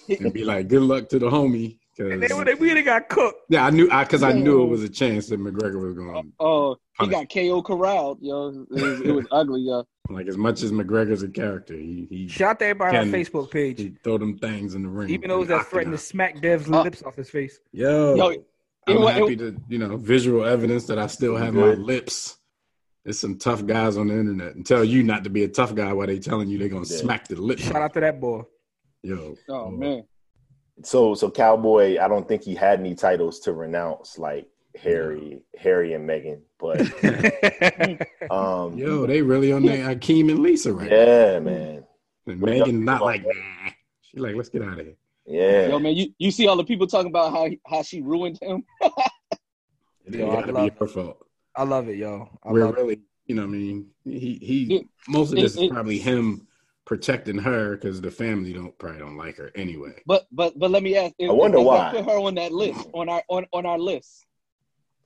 D: and be like, "Good luck to the homie."
B: And they,
D: 'cause-
B: would- they would have got cooked.
D: yeah, I knew I because I knew it was a chance that McGregor was going.
C: Oh, he
D: Punish.
C: got KO corralled, yo. It was, it was ugly, yo.
D: Like as much as McGregor's a character, he he,
B: Shout out to everybody on our
D: Can-
B: Facebook page.
D: he throw them things in the ring.
B: Even those that threatened to smack Dev's
C: Uh,
B: lips off his face.
D: Yo,
C: Yo, it
D: I'm
C: wa- it-
D: happy to you know visual evidence that I still have my
A: Good.
D: lips. There's some tough guys on the internet and tell you not to be a tough guy while they telling you they're gonna
A: Yeah.
D: smack the lips.
B: Shout out to that boy.
D: Yo,
C: Oh, man.
A: So so Cowboy, I don't think he had any titles to renounce like Harry, Harry and Megan, but um
D: Yo, they really on their Akeem and Lisa right now.
A: yeah, man.
D: And
A: What y'all
D: Megan not
A: about
D: like
A: that?
D: nah. She like, let's get out of here.
A: Yeah.
C: Yo, man, you, you see all the people talking about how how she ruined him?
D: It
B: Yo,
D: didn't
B: I
D: gotta be
B: love-
D: her fault.
B: I love it, yo. I
D: We're
B: love it.
D: really, you know, what I mean, he he.
C: Yeah.
D: most of this
C: It-
D: is
C: it-
D: probably him protecting her because the family don't probably don't like her anyway.
C: But but but let me ask. if-
A: I wonder
C: if y'all
A: why.
C: Put her on that list on our on, on our list.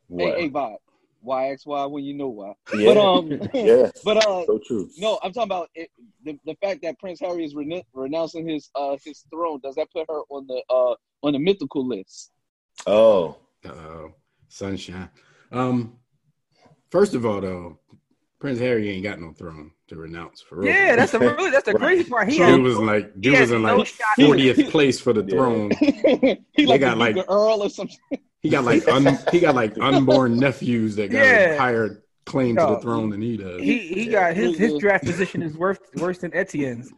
A: What?
C: Hey, hey, Bob. Why ask why when you know why?
A: yeah.
C: But um,
A: yeah.
C: but uh,
A: So true.
C: no, I'm talking about it, the the fact that Prince Harry is rene- renouncing his uh his throne. Does that put her on the uh on the mythical list?
A: Oh.
D: Oh, sunshine. Um, first of all, though, Prince Harry ain't got no throne to renounce for real.
B: Yeah, that's the really that's the
D: Right.
B: crazy part. He
D: dude
B: had,
D: was like
B: he
D: dude
B: had
D: was in
B: no
D: like
B: shot.
D: fortieth place for the
A: Yeah.
D: throne.
C: he like
D: got,
C: the
D: like-
C: Duke of Earl or something.
D: He got like un, he got like unborn nephews that got
B: Yeah.
D: a higher claim to
B: No.
D: the throne than he does.
B: He he got his his
C: Yeah.
B: draft position is worse worse than Etienne's.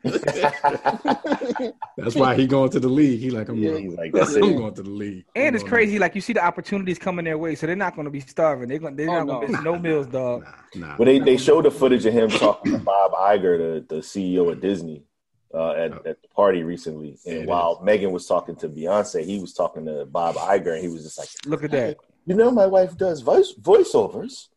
D: That's why he going to the league. He like I'm
A: Yeah,
D: going
A: he's
D: with
A: like,
D: this.
A: that's
D: I'm
C: it.
D: going to the league.
B: And
D: I'm
B: it's
D: going-
B: crazy, like you see the opportunities coming their way, so they're not gonna be starving. They're gonna they're
C: Oh,
B: not
C: no.
B: gonna miss no meals, dog.
D: Nah,
A: Well,
D: nah.
A: they, they showed the footage of him talking to Bob Iger, the, the CEO of Disney, uh, at, at the party recently.
D: Yeah, it
A: And while Megan was talking to Beyonce, he was talking to Bob Iger, and he was just like,
B: Look at that.
A: "You know, my wife does voice voiceovers."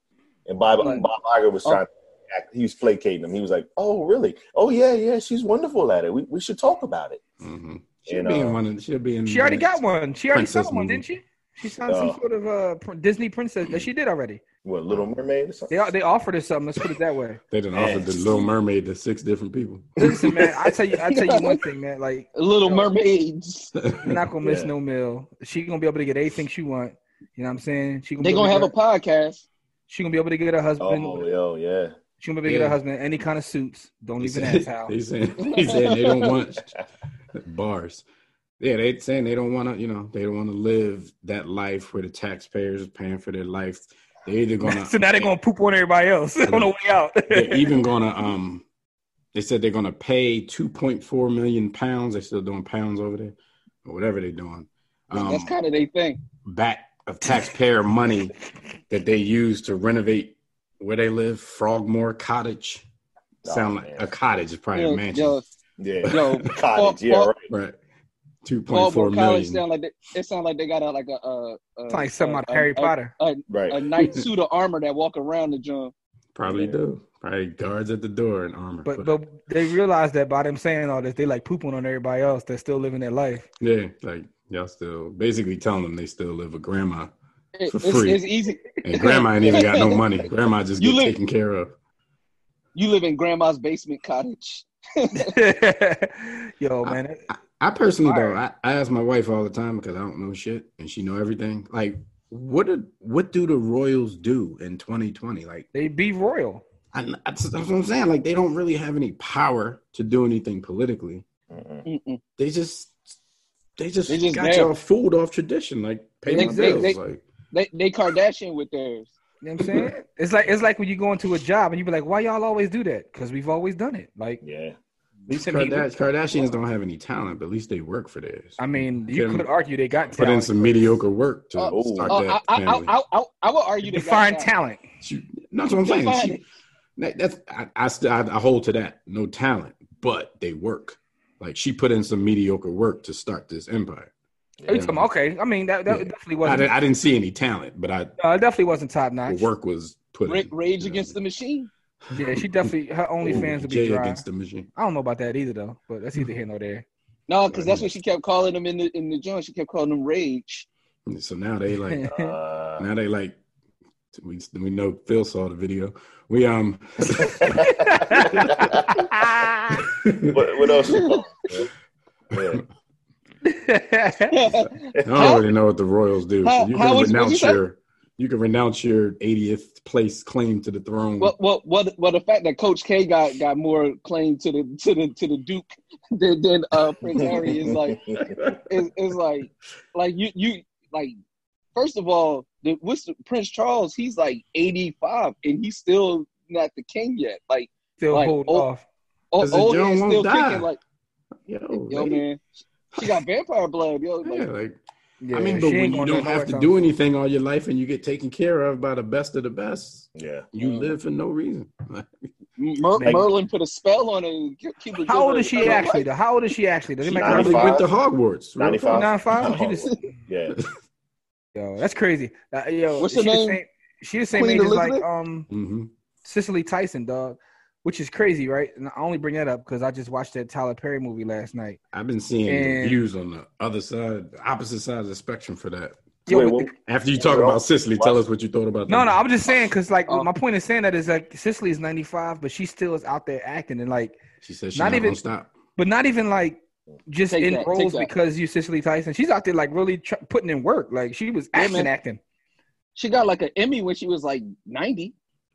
A: And Bob
B: Right. Oh.
A: Bob Iger was trying. to act He was placating him. He was like, "Oh, really? Oh, yeah, yeah. She's wonderful at it. We, we should talk about it."
D: Mhm.
A: You
D: She'll
A: know.
D: be in one. Of, she'll be in.
B: She already
D: the
B: got one. She already
D: Princess
B: signed one,
D: movie.
B: didn't she? She signed some
A: No.
B: sort of uh pr- Disney princess. that She did already.
A: What Little Mermaid or something?
B: They they offered her something. Let's put it that way.
D: They done offered the Little Mermaid to six different people.
B: Listen, man, I tell you, I tell you one thing, man. Like
C: Little
B: Yo.
C: Mermaids.
B: You're not gonna miss
A: Yeah.
B: no meal. She gonna be able to get anything she want. You know what I'm saying? She gonna
C: They
B: be
C: gonna
B: able
C: have
B: to
C: a podcast.
B: get- she gonna be able to get her husband.
A: Oh, yo, yeah.
B: She gonna be able to get
D: Yeah.
B: her husband any kind of suits. Don't
D: He
B: even
D: said-
B: ask how.
D: He said, he said they don't want bars. Yeah, they saying they don't want to, you know, they don't want to live that life where the taxpayers are paying for their life. They're either gonna,
B: so now they're gonna poop on everybody else on the way out.
D: they're even gonna, um, they said they're gonna pay 2.4 million pounds. They're still doing pounds over there, or whatever they're doing. Um,
C: That's kind of their thing.
D: back of taxpayer money that they use to renovate where they live, Frogmore Cottage.
A: Oh,
D: Sound like
A: man.
D: a cottage is probably a
C: Yo,
D: mansion.
C: yo,
A: Yeah.
C: yo,
A: Cottage,
C: Paul-
A: yeah,
C: Paul-
A: right.
D: Right. Two point four
C: Baltimore College
D: million.
C: sound like they, it sound like they got a, like a, uh
B: It's like something out of Harry
D: Uh,
C: a,
B: Potter.
A: Right.
C: a knight suit of armor that walk around the gym.
D: Probably
A: Yeah.
D: do. Probably guards at the door and armor.
B: But but they realize that by them saying all this, they like pooping on everybody else. They're still living their life.
D: yeah, like y'all still basically telling them they still live with grandma,
C: It-
D: For
C: it's,
D: free.
C: it's easy.
D: and grandma ain't even got no money. Grandma just
C: You
D: get
C: live-
D: taken care of.
C: You live in grandma's basement cottage.
B: Yo, man, it-
D: I, I personally though, I,
B: Alright.
D: I ask my wife all the time because I don't know shit, and she know everything. Like, what did what do the Royals do in 2020? Like,
B: they be royal.
D: I, that's, that's what I'm saying. Like, they don't really have any power to do anything politically.
A: Mm-mm.
C: Mm-mm.
D: they just they just,
C: They just
D: got
C: there.
D: y'all fooled off tradition, like pay
C: They-
D: my
C: they-
D: bills.
C: they-
D: like
C: They they Kardashian with theirs.
B: You know what I'm saying? it's like it's like when you go into a job and you be like, why y'all always do that? Because we've always done it. Like
A: Yeah.
D: these
B: Listen, he-
D: Kardash- Kardashians don't have any talent, but at least they work for theirs.
B: I mean, you
D: Can
B: could argue they got
D: put in
B: talent.
D: some mediocre work to
C: Oh,
D: start
C: Oh, I,
D: that
C: I,
D: family.
C: I, I, I, I would argue they got
B: Define
C: that.
B: talent.
D: She- that's what I'm saying.
C: Define
D: She- that- that's I, I, st- I, I hold to that. No talent, but they work. Like she put in some mediocre work to start this empire.
B: Are you talking about- Okay, I mean that, that
D: Yeah.
B: definitely
D: I,
B: wasn't.
D: didn't, I didn't see any talent, but I
B: Uh, it definitely wasn't top
D: the
B: notch.
D: work was put
C: Ra-
D: in.
C: Rage
D: you know?
C: Against the Machine.
B: Yeah, she definitely her OnlyFans will be
D: Jay
B: dry.
D: Oh, against the machine.
B: I don't know about that either though, but that's either here nor there.
C: No, because that's what she kept calling them in the in the joint. She kept calling them rage.
D: So now they like
A: Uh,
D: now they like we we know Phil saw the video. We um
A: what, what else? Yeah.
D: I
C: how,
D: don't really know what the Royals do.
C: How-
D: so you
C: how
D: can
C: was- what'd you
D: renounce
C: say?
D: your you can renounce your 80th place claim to the throne.
C: well, well, well, well, the fact that Coach K got, got more claim to the to the to the Duke than, than uh, Prince Harry is like is, is like like you you like first of all the what's the, Prince Charles he's like eighty five and he's still not the king yet like
B: Still
C: Like,
B: hold
C: oh,
B: off.
C: o-
D: Because the
C: old
D: Joan
C: head's
D: won't
C: still
D: die.
C: kicking like
D: yo,
C: yo
D: like-
C: man she got vampire blood yo like,
D: yeah, like
B: Yeah,
D: I mean, but
B: she
D: when
B: ain't
D: you
B: going
D: don't
B: nowhere,
D: have to
B: son.
D: do anything all your life and you get taken care of by the best of the best,
A: yeah.
D: you
C: Yeah.
D: live for no reason.
C: Mer-
B: Like-
C: Merlin put a spell on her. And kept- keep her
B: How old
C: good
B: is she
C: life.
B: actually? though? How old is she actually? Does it
D: She
B: make
A: her
D: probably
A: look-
D: went to Hogwarts. real
A: 95?
B: 95?
D: quick.
B: She just,
A: Yeah.
B: yo, that's crazy. Uh, yo,
C: What's
B: she
C: her
B: the
C: name?
B: same- She the same
C: Queen
B: age as like
C: Elizabeth?
B: um
D: Mhm.
B: Cicely Tyson, dog, which is crazy, right? And I only bring that up because I just watched that Tyler Perry movie last night.
D: I've been seeing
B: And-
D: the views on the other side, the opposite side of the spectrum for that.
B: Yo,
A: Wait,
B: with
A: what-
B: the-
D: After you talk
A: Well,
D: about Sicily, tell us what you thought about
B: no,
D: that.
B: no, I'm just saying because like
C: Oh.
B: my point in saying that is like Cicely is 95, but she still is out there acting and like,
D: She said she's
B: not
D: not,
B: even-
D: gonna stop.
B: but not even like just
C: Take
B: in
C: that, take
B: roles
C: that.
B: because you Cicely Tyson. She's out there like really tr- putting in work. Like she was
C: Yeah,
B: acting,
C: man.
B: acting.
C: She got like an Emmy when she was like ninety.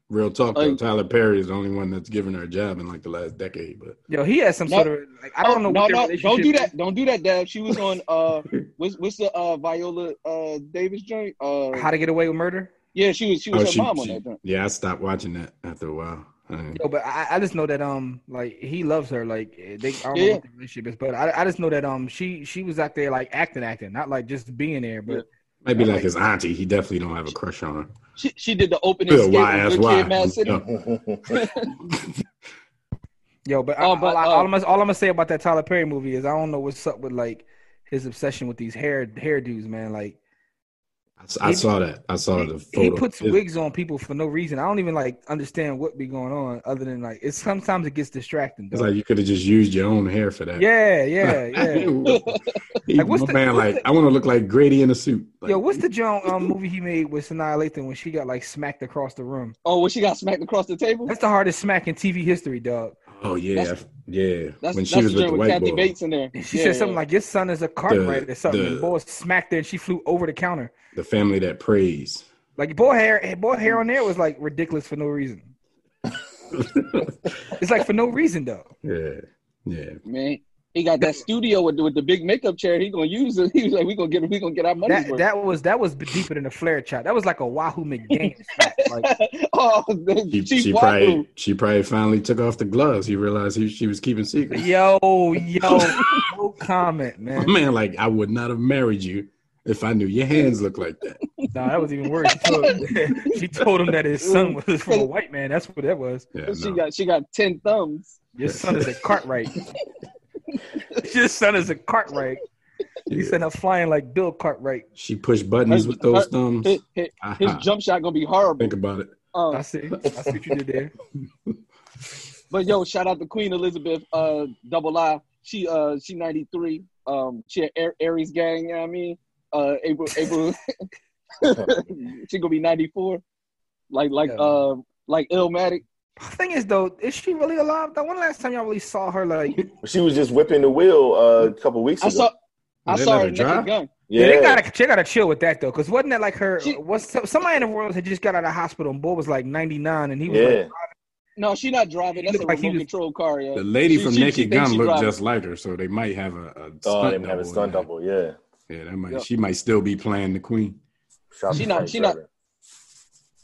D: Real talk though,
C: Uh,
D: Tyler Perry is the only one that's given her a job in like the last decade. But
B: Yo, he has some
C: No.
B: sort of like I don't know.
C: No,
B: what their
C: no, don't
B: relationship
C: do
B: is.
C: that. Don't do that, Dab. She was on uh, what's what's the uh Viola uh Davis joint? Uh,
B: How to Get Away with Murder.
C: yeah, she was she was
D: Oh,
C: her
D: she-
C: mom on
D: she-
C: that joint.
D: yeah, I stopped watching that after a while. I mean,
B: Yo, but I, I just know that um like he loves her like eh, they I don't know
C: Yeah.
B: what the relationship is, but I, I just know that um she she was out there like acting acting, not like just being there, but
D: might be like his auntie. He definitely don't have a crush on her.
C: She she did the opening
D: Bill,
C: skit
D: why
C: with
D: ass
C: Good
D: why?
C: Kid, Mad City.
D: No.
B: yo, but,
C: Oh,
B: I, all,
C: but,
B: I,
C: uh,
B: all I'm all I'm gonna say about that Tyler Perry movie is I don't know what's up with like his obsession with these hair hairdos, man. Like
D: I, s- I saw that. I saw the
B: he,
D: photo.
B: he puts
D: It-
B: wigs on people for no reason. I don't even like understand what be going on other than like it's sometimes it gets distracting.
D: It's
B: though.
D: like you could have just used your own hair for that.
B: yeah, yeah, yeah.
D: He-
B: Like, what's
D: my
B: the-
D: man,
B: what's
D: like
B: the-
D: I want to look like Grady in a suit. Like,
B: Yo, what's the Joan um, movie he made with Sanaa Lathan when she got like smacked across the room?
C: Oh, when she got smacked across the table.
B: That's the hardest smack in TV history, dog.
D: Oh yeah,
C: That's-
D: yeah.
C: That's
D: when she
C: that's
D: was
C: the joint
D: with the
C: with
D: white
C: Kathy
D: boy.
C: Bates in there.
B: And she
C: Yeah,
B: said something
C: yeah.
B: like, "Your son is a cartwright
D: The-
B: or something."
D: the-
B: and boy smacked her, and she flew over the counter.
D: The family that prays.
B: Like boy hair, boy hair on there was like ridiculous for no reason. It's like for no reason though.
D: yeah, yeah.
C: man. He got that studio with, with the big makeup chair. He gonna use it. He was like, "We gonna get, we gonna get our money's
B: That
C: worth."
B: that was that was deeper than a flare shot. That was like a Wahoo McDaniel smack. Like,
C: oh,
D: She,
C: Chief
D: she
C: Wahoo.
D: probably she probably finally took off the gloves. He realized he, she was keeping secrets.
B: yo, yo, no comment,
D: My
B: man.
D: man, like I would not have married you if I knew your hands looked like that.
B: No, that was even worse. She told, she told him that his son was from a white man. That's what that was.
D: Yeah,
C: She
D: no.
C: got she got ten thumbs.
B: Your son is a Cartwright. Your son is a Cartwright. He
D: Yeah.
B: sent up flying like Bill Cartwright.
D: She pushed buttons with those thumbs.
C: His, his, his
D: Aha.
C: jump shot gonna be horrible.
D: Think about it.
B: I
C: Um,
B: see. I see what you did there.
C: but yo, shout out to Queen Elizabeth, uh, double I. She uh she ninety three. Um, she a Air Aries gang. You know what I mean? Uh, April April. she gonna be ninety four. Like like
B: Yeah.
C: uh like Illmatic.
B: Thing is, though, is she really alive? That one last time y'all really saw her, like, yeah,
A: she was just whipping the wheel uh, a couple weeks
C: I
A: ago.
C: saw I
D: They
C: saw
D: let
C: her
D: her
C: naked
D: drive?
C: gun.
A: yeah.
B: they gotta, they gotta chill with that though, because wasn't that like her?
C: She-
B: was somebody in the world had just got out of hospital and boy was like ninety nine, and he was
A: yeah.
B: like,
C: No, she not driving. That's a
B: looked like he
C: remote
B: was-
C: control car. Yeah.
D: The lady
C: She-
D: from
C: she- she
D: Naked
C: thinks
D: Gun
C: she
D: looked
C: driving.
D: just like her, so they might have a, a stunt
A: Oh, they
D: double.
A: didn't have a
D: in
A: stunt
D: there.
A: double. Yeah.
D: Yeah, that might.
C: Yep.
D: She might still be playing the queen.
A: Shout out
C: She
A: to
C: not-
A: Frank
C: she not-
A: Drebin.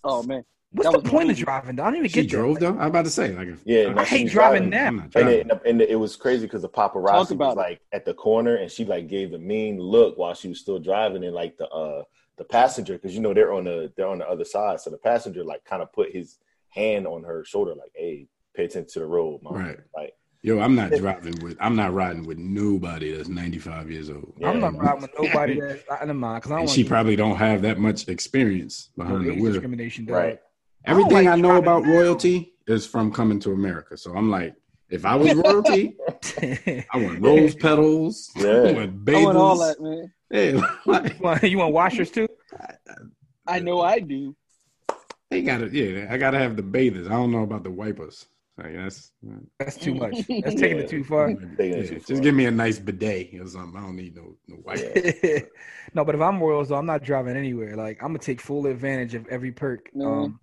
C: Oh man,
B: "What's
C: That
B: the
C: was
B: point of
C: crazy.
B: driving? Though? I don't even
D: She
B: get that.
D: drove
B: Like,
D: though. I'm about to say, like, if-
A: Yeah, no,
B: I hate
A: she's
B: driving that.
D: I'm not
A: And
D: driving.
A: it, and it was crazy because the
C: Talk
A: paparazzi was
C: about it.
A: like at the corner, and she like gave the mean look while she was still driving, and like the uh the passenger, because you know they're on the they're on the other side, so the passenger like kind of put his hand on her shoulder, like, "Hey, pay attention to the road, mom."
D: Right.
A: Like,
D: Yo, I'm not driving with. I'm not riding with nobody that's 95 years old.
A: Yeah.
B: I'm not riding with nobody that I don't mind because I don't
D: And
B: want
D: she probably don't have that much experience
B: no
D: behind the
B: age
D: wheel.
B: discrimination. Dog.
A: right.
D: Everything
B: like
D: I know
B: driving.
D: about royalty is from Coming to America. So I'm like, if I was royalty, I want rose petals. I
A: Yeah.
D: want
C: I
D: bagels.
C: want all that, man.
D: Yeah, like,
B: you, want, you want washers too?
C: I know I do.
D: they got to Yeah, I gotta have the bathers. I don't know about the wipers. Like that's
B: That's too much. That's taking it too far.
A: Taking it
D: yeah,
A: too
D: just
A: far.
D: give me a nice bidet or something. I don't need no no wipe.
B: no, but if I'm Royals, though, I'm not driving anywhere. Like I'm gonna take full advantage of every perk.
A: Mm-hmm.
C: No.
B: Um,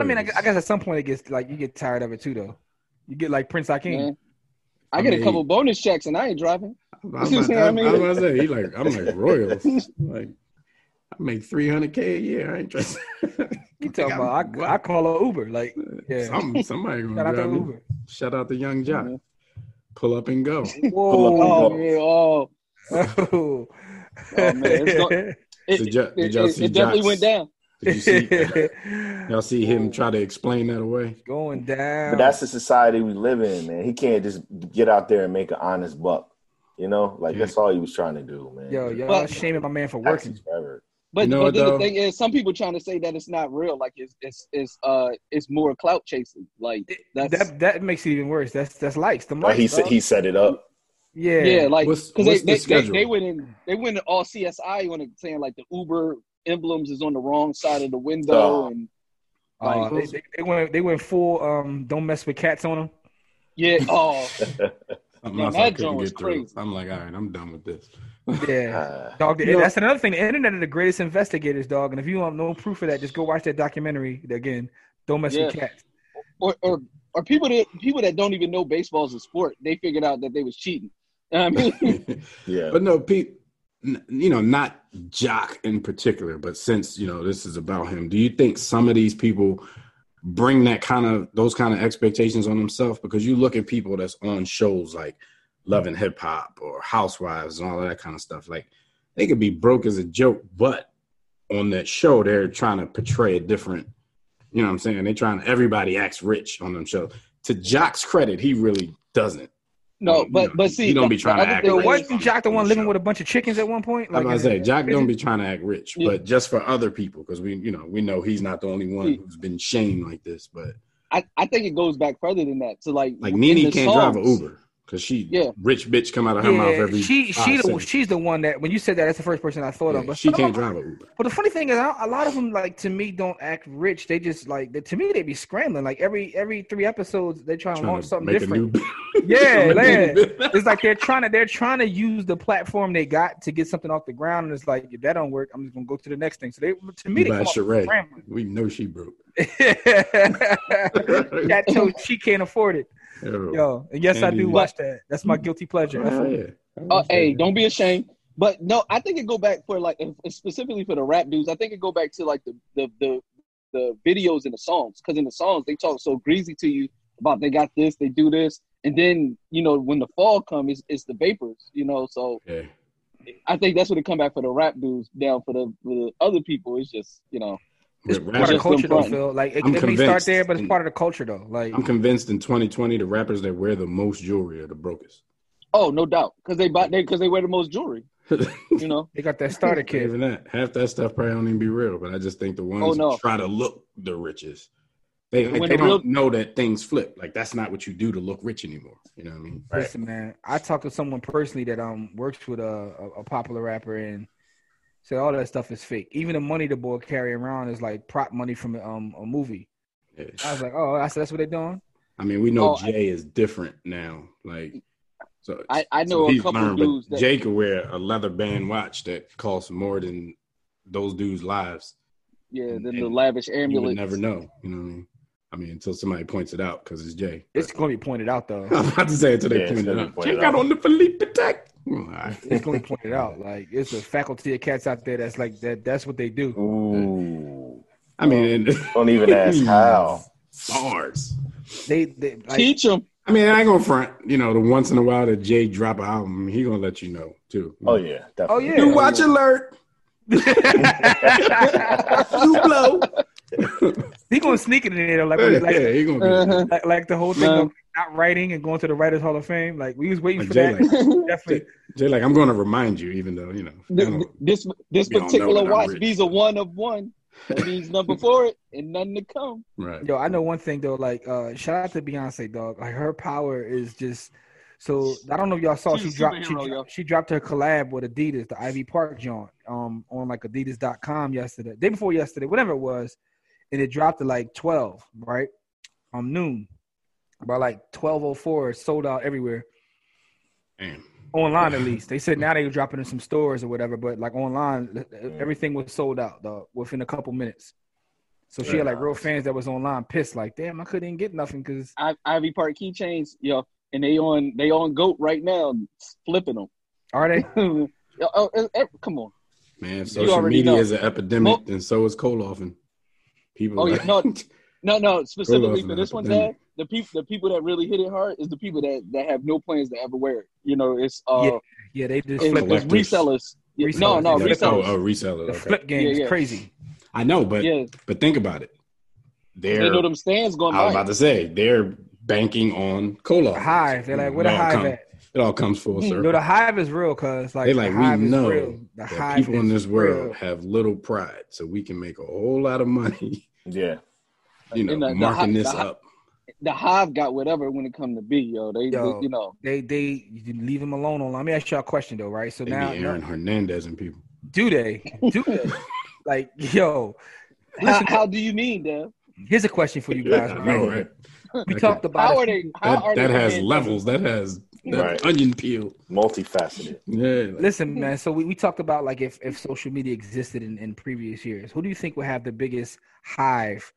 B: I mean, I, gu- I guess at some point it gets like you get tired of it too, though. You get like Prince Akeem.
C: Man. I,
D: I
C: get
D: mean-
C: a couple bonus checks and I ain't driving.
D: I'm about,
C: You see what I
D: I,
C: mean?
D: I was about to say, he like, I'm like royals. like, I make 300k a year. I ain't just
B: You talking
D: I
B: about?
D: got-
B: I, I call an Uber. Like yeah,
D: Some, somebody gonna
B: shout out to
D: drive me.
B: Uber.
D: Shout out to Young Jock.
C: Mhm.
D: Pull up and go.
A: Oh,
C: Oh,
A: no.
C: man. Oh,
B: Oh.
C: Oh, man, it's it,
D: Did ya-
C: it-
D: did y'all
C: it-
D: see
C: it definitely
D: Jax?
C: went down.
D: Did you see? y'all see him try to explain that away?
B: going down.
A: But that's the society we live in, man. He can't just get out there and make an honest buck. You know, like that's all he was trying to do, man.
B: yo, y'all
C: But-
B: shaming my man for
A: That's
B: working.
A: forever.
C: But,
D: You know what,
C: but then
D: though?
C: the thing is, some people trying to say that it's not real. Like it's it's it's uh it's more clout chasing. Like that's
B: that that makes it even worse. That's that's likes. The
A: Like
B: likes,
A: he said,
B: dog.
A: he set it up.
B: yeah,
C: yeah, like
D: What's-
C: because they,
D: what's the
C: they, they
D: schedule?
C: they went in they went in all CSI on it saying like the Uber emblems is on the wrong side of the window
A: Oh.
C: and
B: Uh,
D: Oh,
C: like
B: they, they, they went they went full um don't mess with cats on him.
C: yeah oh
D: Something
C: Yeah,
D: else
C: that
D: I
C: joint
D: couldn't
C: was
D: get through.
C: crazy.
D: I'm like, all right, I'm done with this.
B: Yeah.
A: Uh,
B: Dog,
D: You know-
B: that's another thing. The internet are the greatest investigators, dog. And if you want no proof of that, just go watch that documentary again. Don't mess with
C: Yeah.
B: cats.
C: or or or people that people that don't even know baseball is a sport they figured out that they was cheating. I mean
A: yeah.
D: But no, Pete, n- you know, not Jock in particular, but since you know this is about him, do you think some of these people bring that kind of those kind of expectations on themselves? Because you look at people that's on shows like Love and Hip Hop or Housewives and all of that kind of stuff. Like they could be broke as a joke, but on that show they're trying to portray a different. You know what I'm saying? They're trying. Everybody acts rich on them shows. To Jock's credit, he really doesn't.
C: no,
D: You
C: but
D: know,
C: but see
D: he don't be
C: the- the
D: trying to
C: other
D: act
C: thing
B: Yo,
D: like-
C: is-
B: wasn't Jock the one living with a bunch of chickens at one point?
D: Like I was
B: in
D: gonna say,
B: a
D: Jack
B: prison?
D: don't be trying to act rich,
C: Yeah.
D: but just for other people, because we, you know, we know he's not the only one
C: Yeah.
D: who's been shamed like this. But
C: I, I think it goes back further than that. To like
D: like
C: in
D: Nene
C: the
D: can't drive an
C: songs.
D: Uber because she,
C: Yeah.
D: rich bitch, come out of her mouth
B: Yeah,
D: every.
B: she
D: five
B: she the,
D: seconds.
B: she's the one that when you said that, that's the first person I thought of.
D: Yeah,
B: But
D: she
B: some
D: can't
B: of-
D: drive an Uber.
B: But the funny thing is, I, a lot of them like to me don't act rich. They just like they, to me they be scrambling. Like every every three episodes, they try and
D: Trying
B: launch
D: to
B: something
D: make
B: different.
D: A new,
B: Yeah,
D: make a new-
B: it's like they're trying to they're trying to use the platform they got to get something off the ground, and it's like if that don't work, I'm just gonna go to the next thing. So they to me
D: You
B: they
D: buy
B: come off
D: Sheree.
B: scrambling.
D: We know she broke.
B: Cat told she can't afford it, yo. And yes, I do
D: Indeed.
B: watch that. That's my guilty pleasure.
D: Oh, yeah.
C: Oh, hey, don't be ashamed. But no, I think it go back for like if- specifically for the rap dudes. I think it go back to like the the the, the videos and the songs because in the songs they talk so greasy to you about they got this, they do this, and then you know when the fall comes, it's, it's the vapors, you know. So
D: Yeah.
C: I think that's what it come back for the rap dudes. Down for the, for the other people, it's just you know
B: It's
D: Rap-
B: part of the
C: just
B: culture, though,
C: important.
B: Phil. Like it,
D: I'm
B: it may start
D: convinced.
B: there, but it's part of the culture, though. Like
D: I'm convinced in 2020, the rappers that wear the most jewelry are the brokest.
C: oh no doubt because they buy they because they wear the most jewelry, you know.
B: they got that starter kit.
D: Even that, half that stuff probably don't even be real. But I just think the ones
C: Oh, no.
D: who try to look the richest, they like,
C: When
D: they
C: the real-
D: don't know that things flip. Like that's not what you do to look rich anymore. You know what I mean?
A: Right.
B: Listen, man, I talked to someone personally that um works with a, a, a popular rapper and said all that stuff is fake. Even the money the boy carry around is like prop money from um a movie. I
D: Yeah.
B: was like, oh, I said that's what they're doing.
D: I mean, we know
C: Oh, I-
D: Jay is different now. Like, so
C: I I
D: so
C: know a
D: he's
C: couple
D: learned, but
C: dudes that
D: Jay could wear a leather band watch that costs more than those dudes' lives.
C: yeah, then the
D: and
C: lavish
D: You would
C: amulets.
D: never know. You know what I mean? I mean, until somebody points it out because it's Jay.
B: It's gonna be pointed out though.
D: I was about to say it until
A: Yeah,
D: they
A: it's
D: point
A: gonna
D: it
A: be
D: out.
A: pointed
D: Jay got
A: out.
D: on the Philippe attack. All right.
B: It's gonna be pointed out. Like it's a faculty of cats out there that's like that. That's what they do.
A: Ooh.
D: I mean,
B: Oh,
D: and,
A: Don't even ask how.
D: bars.
B: They they like
C: Teach them.
D: I mean, I ain't gonna front. You know, the once in a while that Jay drop an album, he gonna let you know too.
A: Oh yeah. Definitely.
B: Oh, yeah.
D: New watch alert. New blow.
B: he gonna sneak it in there like
D: yeah,
B: like,
D: yeah, he gonna be.
C: Uh-huh.
B: like like the whole thing
C: No.
B: of not writing and going to the Writers Hall of Fame. Like we was waiting
D: Like,
B: for
D: Jay,
B: that.
D: like,
B: Definitely.
D: Jay, like, I'm gonna remind you, even though you know. I
C: Th-
D: don't-
C: th- this this
D: We all know
C: particular
D: that I'm
C: watch
D: rich.
C: visa one of one Codeines number for it, and nothing to come.
D: Right.
B: Yo, I know one thing though. Like, uh, shout out to Beyonce, dog. Like, her power is just. So I don't know if y'all saw
C: She's a
B: she dropped she,
C: superhero, yo.
B: she dropped her collab with Adidas, the Ivy Park joint, um, on like Adidas.com yesterday, day before yesterday, whatever it was, and it dropped at like twelve, right, um, noon, by like twelve oh four, sold out everywhere
D: Damn.
B: online at least. They said now they were dropping in some stores or whatever, but like online, everything was sold out dog, within a couple minutes. So she had like real fans that was online pissed, like, damn, I couldn't even get nothing because
C: I, Ivy Park keychains, yo, and they on they on goat right now, flipping them.
B: are they?
C: Yo, oh, eh, eh, come on.
D: Man, if social
C: already
D: media
C: know.
D: is an epidemic,
C: Mo-
D: then so is cold often. People.
C: Oh,
D: are
C: yeah,
D: like-
C: no, No, no. Specifically
D: Google's
C: for
D: an
C: this one, Dad,
D: epidemic.
C: the people the people that really hit it hard is the people that that have no plans to ever wear it. You know, it's uh,
B: Yeah, yeah, they just
C: it's,
D: flip
B: flipped.
D: it.
C: it's resellers. Yeah, No,
B: Resellers.
C: no,
B: Yeah.
D: oh,
C: resellers.
D: oh, reseller.
B: The
D: okay.
B: flip game
C: Yeah, yeah.
B: is crazy.
D: I know, but
C: yeah,
D: but think about it. Oh, uh, They're,
C: they know them stands going
D: I was
C: by.
D: about to say they're banking on coal
B: The
D: often.
B: hive, they're like, where
D: It
B: the
D: all
B: hive
D: come-
B: at?
D: It all comes full
C: Mm,
D: circle.
B: No, the hive is real, cause like,
D: they like
B: the hive
D: we
B: is
D: know
B: real. The
D: that
B: hive
D: people in
B: is
D: this world
B: real.
D: have little pride, so we can make a whole lot of money.
A: Yeah.
D: You know,
C: And the- the
D: marking
C: hi-
D: this
C: the hi-
D: up.
C: The hive got whatever when it come to be, yo. They,
B: Yo.
C: they- you know,
B: They they you leave them alone. On let me ask y'all a question though, right? So
D: They
B: now,
D: be Aaron Hernandez and people.
B: do they do they like yo?
C: how,
B: Listen,
C: how do you mean, Dad?
B: here's a question for you guys.
D: I
B: right?
D: know, right?
B: We
D: Okay.
B: talked about
C: How
B: it.
C: are they? How
D: That,
C: are
D: that
C: they?
D: has
C: men-
D: levels. That has that
A: Right.
D: onion peel.
A: Multifaceted.
D: Yeah. like-
B: Listen, man. So we, we talked about like if, if social media existed in, in previous years, who do you think would have the biggest hive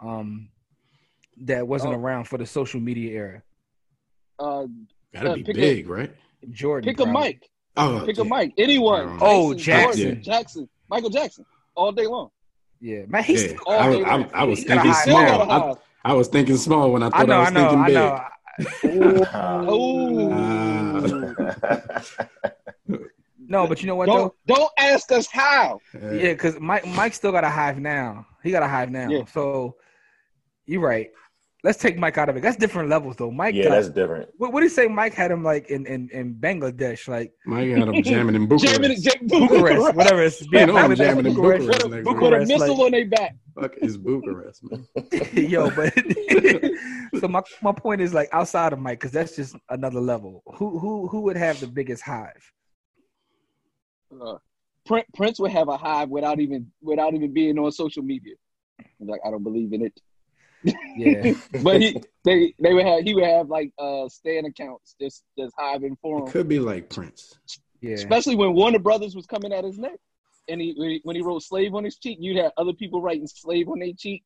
B: um, that wasn't
C: Oh.
B: around for the social media era?
C: Uh,
D: Gotta
C: Uh,
D: be
C: pick a-
D: big, right?
B: Jordan.
C: pick a
B: probably.
C: mic.
D: Oh,
C: Pick
D: yeah.
C: a mic. Anyone?
B: Oh,
C: Tyson,
B: Jackson.
C: Jordan, Jackson. Michael Jackson. All day long.
B: Yeah, man. He's
D: Yeah.
B: still-
D: I
C: all
D: was, I,
C: day
D: I was
B: He's got a
D: thinking
B: high
C: Still got
D: small.
C: a
D: I,
C: hive.
D: I was thinking small when I
B: I
D: thought I,
B: know, I
D: was
B: know,
D: thinking
B: I
D: big.
B: know.
C: Oh.
D: Uh, Ah,
C: Ooh.
B: No, but you know what
C: Don't don't ask us how.
B: though? Yeah, because Mike Mike still got a hive now. He got a hive now.
C: Yeah.
B: So you're right. Let's take Mike out of it. That's different levels though. Mike
A: yeah,
B: got,
A: that's different.
B: what what do you say Mike had him like in, in, in Bangladesh? Like
D: Mike had him jamming in Bucharest.
C: Jamming, jam,
B: Bucharest, whatever it's
D: They
B: been.
D: know I'm jamming in
B: Bucharest.
C: With a, with a
D: Bucharest. next week.
B: Bucharest,
C: missile
B: like-
C: on their back.
D: Fuck is Bucharest, man.
B: Yo, but so my my point is like outside of Mike, because that's just another level. Who who who would have the biggest hive?
C: Uh, Prince, Prince would have a hive without even without even being on social media. He's like, I don't believe in it.
B: Yeah,
C: But he they they would have he would have like uh stand accounts just just hive and
D: It
C: forum.
D: could be like Prince.
B: yeah.
C: Especially when Warner Brothers was coming at his neck. And he when he- when he wrote slave on his cheek, you'd have other people writing slave on their cheek.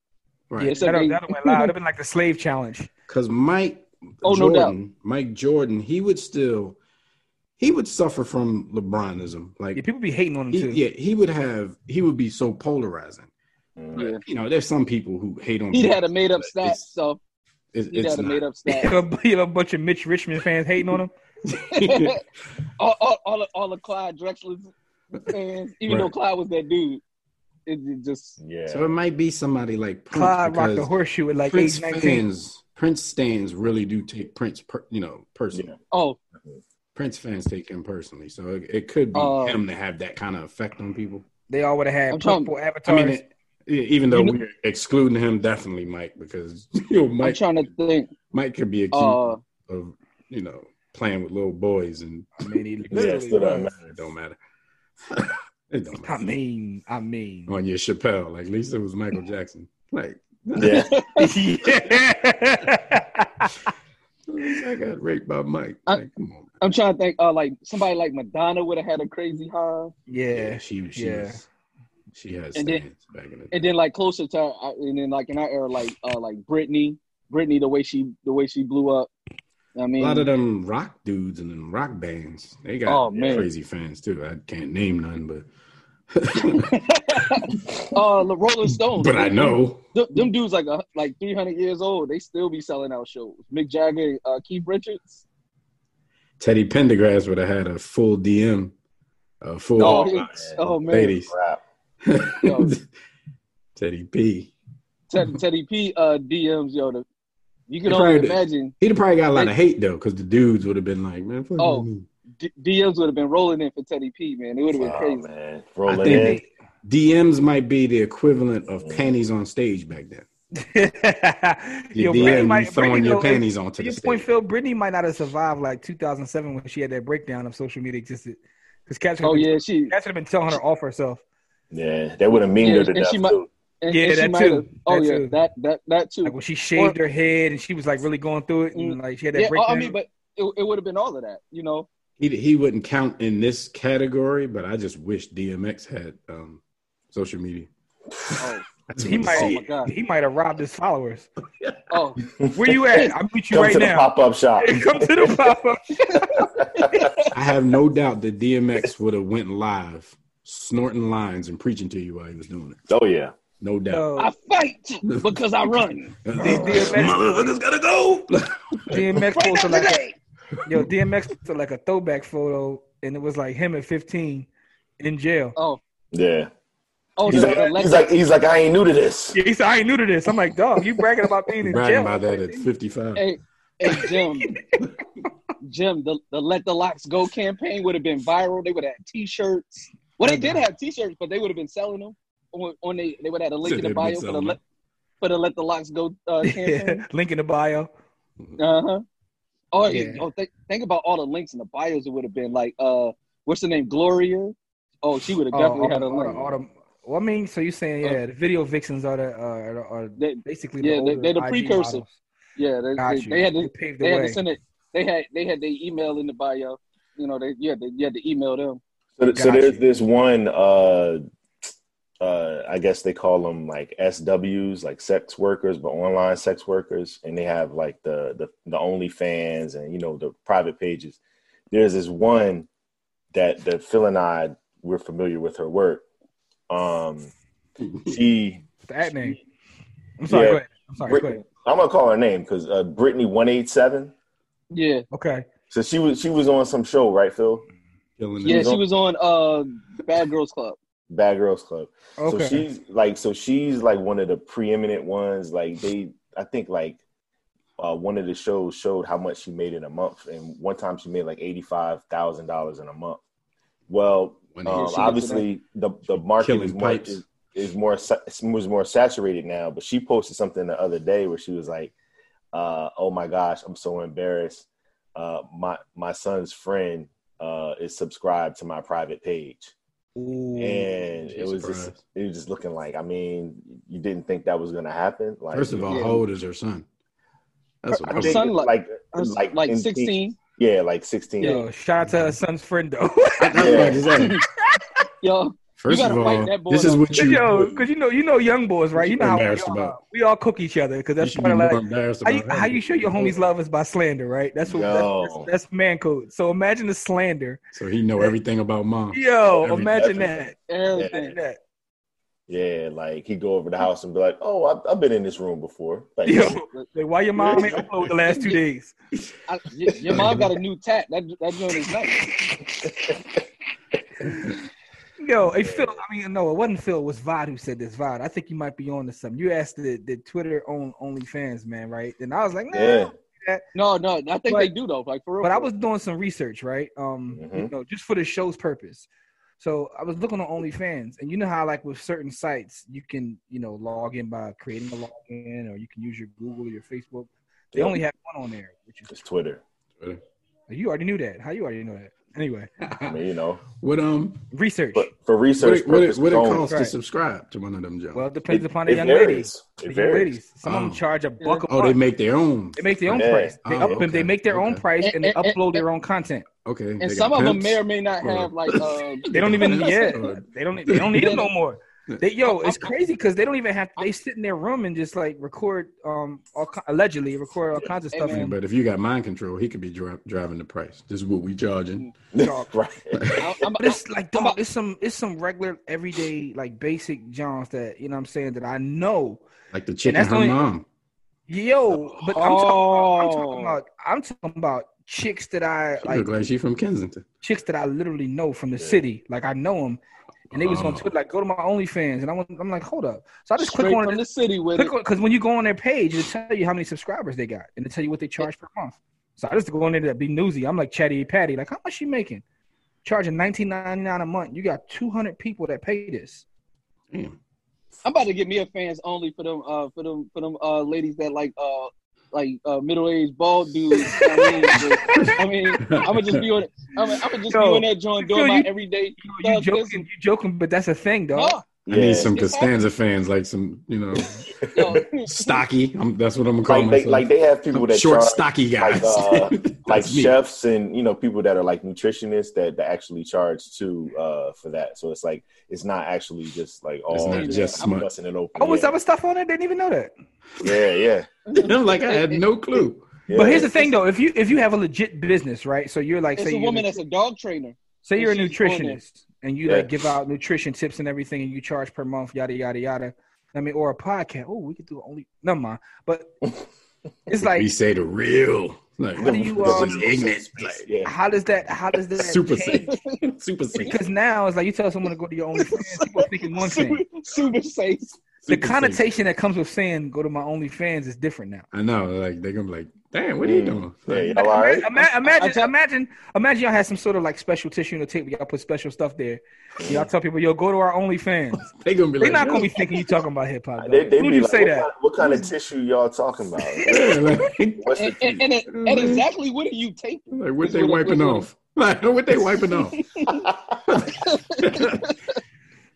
B: Yeah,
D: Right.
C: It's a
B: that'll,
C: big-
B: that'll went loud. It'd been like the slave challenge.
D: Because Mike
C: Oh, no doubt.
D: Jordan, Mike Jordan, he would still he would suffer from LeBronism. Like
B: Yeah, people be hating on him
D: he,
B: too.
D: yeah, he would have he would be so polarizing.
A: Mm.
D: You know, there's some people who hate on
C: He'd
D: him.
C: had a made up
D: But
C: stat,
D: it's-
C: so
D: It's,
C: he'd
D: it's
C: had a made
D: not.
C: up stat.
B: You have a- you have a bunch of Mitch Richmond fans hating on him.
C: all, all, all, of, all of Clyde Drexler's fans, even though
D: Right.
C: Clyde was that dude, it, it just
A: Yeah.
D: So it might be somebody like Prince
B: Clyde rocked the
D: because
B: horseshoe at like
D: Prince
B: age nineteen.
D: fans, Prince stands really do take Prince, per, you know, personally.
A: Yeah.
C: oh
D: Prince fans take him personally, so it, it could be
C: Uh,
D: him to have that kind of effect on people.
B: They all would have
C: I'm
B: had
C: trying-
B: purple
D: I
B: avatars.
D: mean, it, e- even though
C: You know-
D: we're excluding him, definitely Mike because you know,
C: I'm
D: Mike
C: trying to think.
D: Mike could be accused
C: Uh,
D: of you know playing with little boys, and
B: I mean, he
A: Yeah, it
B: literally
A: still doesn't
B: was.
A: matter.
D: it don't matter. it don't
B: I
D: matter.
B: mean, I mean,
D: On your Chappelle, like at least it was Michael Jackson. Like,
A: Yeah.
B: yeah.
D: I got raped by Mike.
C: I-
D: Like, come on.
C: I'm trying to think. Uh, like somebody like Madonna would have had a crazy high,
B: yeah.
D: she she
B: yeah.
D: was, she has
C: And
D: stands
C: then-
D: back in the day.
C: and then like closer to, uh, and then like in our era, like uh, like Britney, Britney, the way she the way she blew up. I
D: a
C: mean,
D: lot of them rock dudes and them rock bands, they got
C: Oh, man.
D: crazy fans too. I can't name none, but
C: uh, the Rolling Stones.
D: but I know.
C: them, them dudes like a, like 300 years old. They still be selling out shows. Mick Jagger, and, uh, Keith Richards.
D: Teddy Pendergrass would have had a full DM, a full
C: Oh,
A: Oh,
C: he-
A: man.
C: oh, man.
D: ladies.
A: Crap.
C: Yo.
D: Teddy P.
C: Teddy, Teddy P uh, DMs, yo. The, you can
D: They
C: only
D: probably did.
C: imagine
D: He'd have probably got a lot of hate though, because the dudes would have been like, "Man, fuck
C: Oh,
D: you."
C: D- DMs would have been rolling in for Teddy P, man. It would have been
A: Wow,
C: crazy.
A: man.
D: I
A: Rolling
D: think
A: in.
D: they, DMs might be the equivalent of panties on stage back then.
B: Yo,
D: Your
B: Brittany
D: DM,
B: might-
D: you throwing
B: Brittany
D: your
B: don't-
D: panties onto
B: To
D: the
B: your
D: stage.
B: point, Phil, Brittany might not have survived like 2007 when she had that breakdown of social media existed. Because cats,
C: Oh yeah, she
B: cats would have been telling her off herself.
A: Yeah, that would have memed
C: Yeah,
A: her to
C: and
A: death
C: she might-
A: too.
C: and,
B: Yeah,
C: and she
B: that
C: might
B: too.
C: have. Oh
B: That
C: yeah,
B: too.
C: that that that too.
B: Like when she shaved her head and she was like really going through it, and like she had that
C: yeah, oh,
B: breakdown.
C: I mean, but it, it would have been all of that, you know.
D: he he wouldn't count in this category, but I just wish DMX had um, social media.
C: Oh,
D: I just
B: He
D: wanna
B: might-
D: see
C: oh
D: it.
C: my god.
B: he might have robbed his followers.
C: Oh,
B: Where you at? I'll meet you
A: Come
B: right
A: to the
B: now.
A: pop up shop.
B: Come to the pop up.
D: I have no doubt that DMX would have went live, snorting lines and preaching to you while he was doing it.
A: oh yeah.
D: No doubt.
B: Oh,
C: I fight because I run.
B: DMX
D: Motherfuckers gotta go.
B: DMX posted like a,
C: Today.
B: yo DMX posted like a throwback photo, and it was like him at 15 in jail.
C: Oh,
A: Yeah.
C: oh,
A: He's
C: so
A: like,
C: the
A: he's
C: Lexus-
A: like, he's like, I ain't new to this.
B: Yeah, he said I ain't new to this. I'm like, dog, you bragging about being in
D: Bragging
B: jail?
D: about that at 55.
C: hey, hey, Jim, Jim, the, the Let the Locks Go campaign would have been viral. They would have had T-shirts. Well, they did have T-shirts, but they would have been selling them on, on they. They would have had a link in
D: They'd
C: the
D: been
C: bio for the
D: selling
C: let, for the Let the Locks Go uh, campaign.
B: Yeah, link in the bio.
C: Uh huh. Oh,
B: Yeah.
C: oh think think about all the links in the bios. It would have been like, uh, what's the name, Gloria? Oh, she would have
B: Oh,
C: definitely
B: all
C: had
B: the-
C: a
B: all the-
C: link.
B: all the- well, I mean, so you saying yeah, the video vixens are the uh, are, are
C: They-
B: basically
C: Yeah,
B: the
C: they-
B: older
C: they're the
B: IG
C: precursor.
B: models.
C: yeah, they,
B: Got
C: they,
B: you.
C: they had to
B: They paved the
C: they had
B: way.
C: to send it. They had they had their email in the bio. You know, they you had to, you had to email them.
A: So, so
B: Got
A: there's
B: you.
A: this one. Uh, uh, I guess they call them like SWs, like sex workers, but online sex workers, and they have like the the the OnlyFans and you know the private pages. There's this one that that Phil and I we're familiar with her work. Um, she
B: That name. I'm sorry.
A: Yeah.
B: Go ahead. I'm sorry. Go ahead.
A: Brittany, I'm gonna call her name because uh, Brittany one eight seven.
C: Yeah,
B: Okay.
A: So she was she was on some show, right, Phil?
D: Killing
C: yeah,
D: it.
C: she was on uh Bad Girls Club.
A: Bad Girls Club.
B: Okay.
A: So she's like, so she's like one of the preeminent ones. Like they, I think like uh, one of the shows showed how much she made in a month, and one time she made like eighty five thousand dollars in a month. Well,
D: When he-
A: um,
C: she
A: obviously the the market
D: Killing
A: is more,
D: pipes.
A: is, is more sa- was more saturated now. But she posted something the other day where she was like, uh, "Oh my gosh, I'm so embarrassed. Uh, my my son's friend uh, is subscribed to my private page."
B: Ooh.
A: and it
D: she's
A: was just
D: surprised.
A: it was just looking like I mean you didn't think that was gonna happen like
D: First of all,
C: Yeah.
D: how old is her son? That's what
A: I
D: I'm
A: think
C: son-
A: it's
C: like-
A: like
C: Her s-
A: like
C: Like,
A: 15
C: sixteen.
A: yeah like sixteen
B: Yo, shout out to
D: Mm-hmm.
B: her son's friend though.
D: about to say.
C: Yo,
D: First
C: You
D: of
C: gotta fight
D: all,
C: that boy
D: this is
C: up.
D: what you.
B: Yo, because you know, you know, young boys, right? You know how we
D: Embarrassed
B: all,
D: about.
B: we all cook each other because
D: You
B: that's
D: should
B: part
D: be
B: of
D: more
B: like
D: embarrassed
B: how
D: about
B: you,
D: that.
B: how you show your homies love is by slander, right? That's what
A: Yo.
B: that's, that's, that's man code. So imagine the slander.
D: So he know everything about mom.
B: Yo,
D: Every-
B: imagine
A: everything.
B: that.
C: everything.
B: Imagine that.
A: yeah like he'd go over the house and be like oh I've, I've been in this room before like
B: Yo, like, why your mom ain't upload the last two days?
C: I, y- your mom got a new tat. That that joint is nice.
B: Yo, hey Phil. I mean, no, it wasn't Phil. It was Vod who said this. Vod, I think you might be on to something. You asked the, the Twitter on OnlyFans, man, right? And I was like, nah,
A: yeah
C: No, no, I think
B: But-
C: they do though. Like for real.
B: but I
C: for
B: was doing some research, right? Um, you
A: Mhm.
B: know, just for the show's purpose. So I was looking on OnlyFans, and you know how like with certain sites, you can you know log in by creating a login, or you can use your Google or your Facebook. They
A: Yep.
B: only have one on there, which is oh,
A: it's Twitter
B: you already knew that. How you already know that? Anyway,
A: I mean you know
D: what um,
B: research.
A: but for
D: what
A: research
D: it, what it,
A: purposes
D: what it
A: only.
D: costs to
B: Right.
D: subscribe to one of them jobs?
B: well, it depends
A: It-
B: upon the
A: it
B: young ladies.
A: varies.
B: The
A: it
B: young
A: varies
B: ladies. Some of
D: Oh.
B: them charge a buck a
D: oh, they
B: month.
D: make their own.
B: They make their own
A: Yeah.
B: price. They
D: Oh,
B: up them.
D: okay.
B: They make their own
D: Okay.
B: price, and they
C: Eh, eh, eh,
B: upload
C: eh.
B: their own content.
D: Okay,
C: and some of them may or may not
D: Or-
C: have like uh,
B: They don't even
D: That's
B: yeah.
D: good.
B: They don't they don't need them no more. They, yo, it's
C: I'm-
B: crazy because they don't even have. They sit in their room and just like record, um, all, ki- allegedly record all kinds of
C: Hey,
B: stuff.
C: man.
B: and-
D: But if you got mind control, he could be dri- driving the price. This is what we charging.
A: right
C: I- I'm-
B: But it's like,
C: I'm a-
B: dog, it's some, it's some regular, everyday, like basic Johns that you know. what I'm saying that I know.
D: Like the chicken
B: that's
D: her
B: only-
D: mom.
B: Yo, but I'm,
C: Oh.
B: talking about, I'm talking about, I'm talking about chicks that I
D: She
B: like,
D: look like she from Kensington.
B: chicks that I literally know from the
A: Yeah.
B: city. Like I know them, and they was on
D: Oh.
B: Twitter, like go to my OnlyFans, and I'm, I'm like, hold up. So I just click
C: straight
B: on
C: from
B: it.
C: the city with it.
B: because when you go on their page, it'll tell you how many subscribers they got and it'll tell you what they charge per month. So I just go on there to be nosy. I'm like Chatty Patty, like how much you making? Charging nineteen ninety nine a month. You got two hundred people that pay this.
D: Damn.
C: I'm about to get me a fans only for them uh for them for them uh ladies that like uh like uh middle aged bald dudes. I mean, I am gonna just be on I'm, I'm gonna just
B: Yo,
C: be on that joint doing
B: yo,
C: my
B: you-
C: everyday.
B: Yo, you
C: thug
B: joking?
C: business.
B: You joking? But that's a thing, dog.
C: Nah,
D: I need
A: Yeah.
D: some
C: It's
D: Costanza fans, like some, you know,
C: yo,
D: stocky. I'm, that's what I'm gonna call
A: Like they,
D: myself.
A: like they have people
D: Some
A: that
D: short,
A: charge,
D: stocky guys,
A: uh, like
D: That's me.
A: chefs and you know people that are like nutritionists that, that actually charge too uh, for that. So it's like it's not actually just like all
D: not
C: just
A: I'm
D: smut.
A: busting it open.
B: Oh, was
A: yeah.
B: that was stuff on there? Didn't even know that.
A: yeah, yeah,
D: I'm like I had no clue.
A: yeah.
B: But here's the thing, though. If you if you have a legit business, right? So you're like,
C: it's
B: say
C: a
B: you're
C: woman that's a dog trainer.
B: Say you're a
C: She's going there.
B: nutritionist and you
A: Yeah.
B: like give out nutrition tips and everything, and you charge per month, yada yada yada. I mean, or a podcast. Oh, we could do only never mind. But it's
D: we
B: like,
D: say the real. Like,
B: How do you,
D: this is
B: um,
D: ignorant. Like,
A: yeah.
B: how does that? How does that
D: super
B: change?
D: safe. super safe.
B: Because now it's like you tell someone to go to your OnlyFans, people are thinking one
C: Super,
B: thing.
C: super safe.
B: The
D: Super safe.
B: connotation that comes with saying "go to my OnlyFans" is different now.
D: I know. Like they're gonna be like, "Damn, what are you
A: Mm.
D: doing?"
A: Yeah,
D: Like,
A: y'all all right?
B: Ima- imagine,
C: I tell-
B: imagine, imagine y'all had some sort of like special tissue in the tape. where Y'all put special stuff there. Y'all tell people, "Yo, go to our OnlyFans."
D: They gonna be
B: They're
D: like,
B: not gonna
D: "Yo."
B: be thinking you talking about hip hop.
A: They, they be
B: Who would you
A: like,
B: say
A: what,
B: that?
A: Kind of, what kind of tissue y'all talking about?
D: Yeah, like,
A: What's the
C: And, and,
A: tea?
C: and, and
D: Mm-hmm.
C: exactly what are you taping?
D: like, what
C: Is
D: they
C: what-
D: wiping
C: is what-
D: off? Like, what they wiping off?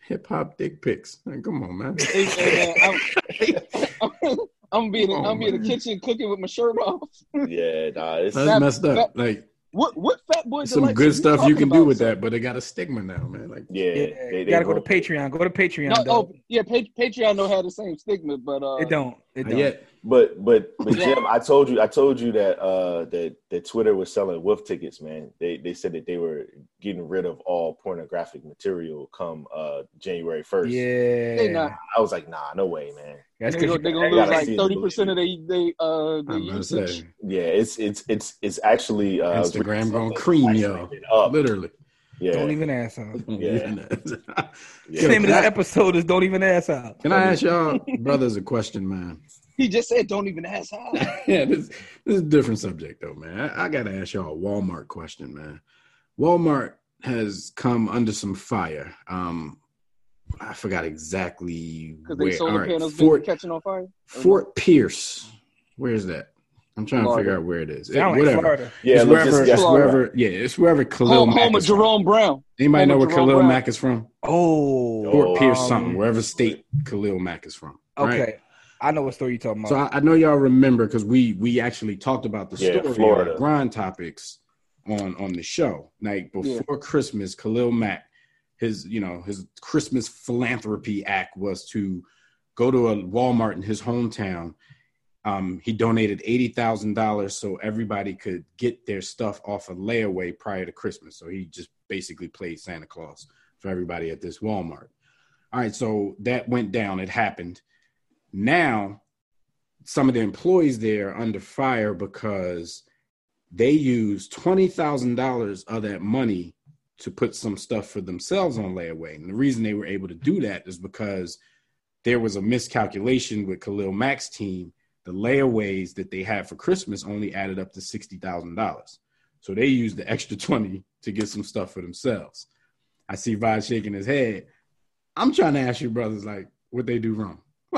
D: Hip hop dick pics. Like, come on, man.
C: Is- and, uh, I'm, I'm, I'm being
B: Oh,
D: Come on,
C: I'm being in the
D: man.
C: kitchen cooking with my shirt off.
A: yeah, nah, it's,
D: That's messed up. Like
C: What what fat boy?
D: some
C: Deluxe are
D: good stuff you
C: talking
D: can do
C: about,
D: with
C: sir?
D: that, but they got a stigma now, man. Like,
A: yeah.
B: Yeah,
A: they, they
B: you gotta go to
A: won't-
B: Patreon. Go to Patreon.
C: No,
B: though.
C: oh yeah, Pat- Patreon don't have the same stigma, but uh,
B: It don't. It
D: not
B: don't.
D: yet.
A: But but but
C: Yeah.
A: Jim, I told you I told you that uh that, that Twitter was selling wolf tickets, man. They they said that they were getting rid of all pornographic material come uh January first.
B: Yeah.
C: They not.
A: I was like, nah, no way, man.
B: That's
C: they're
B: because
C: gonna, they gonna
A: I
C: lose
A: gotta
C: like
A: see it to
C: thirty percent of they they uh the
D: I'm about to
C: usage.
D: say
A: Yeah, it's it's it's it's actually uh I was reading
D: Instagram gonna
A: something,
D: cream
A: it's
D: y'all.
A: been up.
D: Literally.
A: Yeah.
B: don't even ass out.
A: Yeah.
B: The name of
D: Can
B: this
D: I-
B: episode is "Don't Even Ass Out."
D: Can I ask y'all brothers a question, man?
C: He just said, "Don't even ask how."
D: yeah, this, this is a different subject though, man. I, I gotta ask y'all a Walmart question, man. Walmart has come under some fire. Um, I forgot exactly
C: Because they
D: where.
C: solar
D: All right,
C: panels been
D: Fort
C: catching on fire.
D: Fort Pierce. Where is that? I'm trying
C: Florida.
D: to figure out where it is. It-
B: Sound like
D: whatever.
B: Florida.
A: Yeah,
D: it's
A: look,
D: wherever,
A: just- yes,
D: it's
A: right.
D: wherever, yeah, it's wherever Khalil
C: Home,
D: Mack
C: home of
D: is from.
C: Jerome Brown.
D: Anybody
C: home
D: know
C: of
D: where
C: Jerome
D: Khalil
C: Brown.
D: Mack is from?
B: Oh.
D: Fort Pierce,
B: um,
D: something, wherever state Khalil Mack is from.
B: Okay.
D: right?
B: I know what story you're talking about.
D: So I, I know y'all remember because we we actually talked about the
A: Yeah,
D: story
A: Florida.
D: on grind topics on on the show. Like
C: Yeah.
D: before Christmas, Khalil Mack, his you know his Christmas philanthropy act was to go to a Walmart in his hometown. Um, he donated eighty thousand dollars so everybody could get their stuff off a layaway prior to Christmas. So he just basically played Santa Claus for everybody at this Walmart. All right, so that went down. It happened. Now, some of the employees there are under fire because they used twenty thousand dollars of that money to put some stuff for themselves on layaway. And the reason they were able to do that is because there was a miscalculation with Khalil Mack's team. The layaways that they had for Christmas only added up to sixty thousand dollars. So they used the extra twenty to get some stuff for themselves. I see Vod shaking his head. I'm trying to ask you brothers like what they do wrong.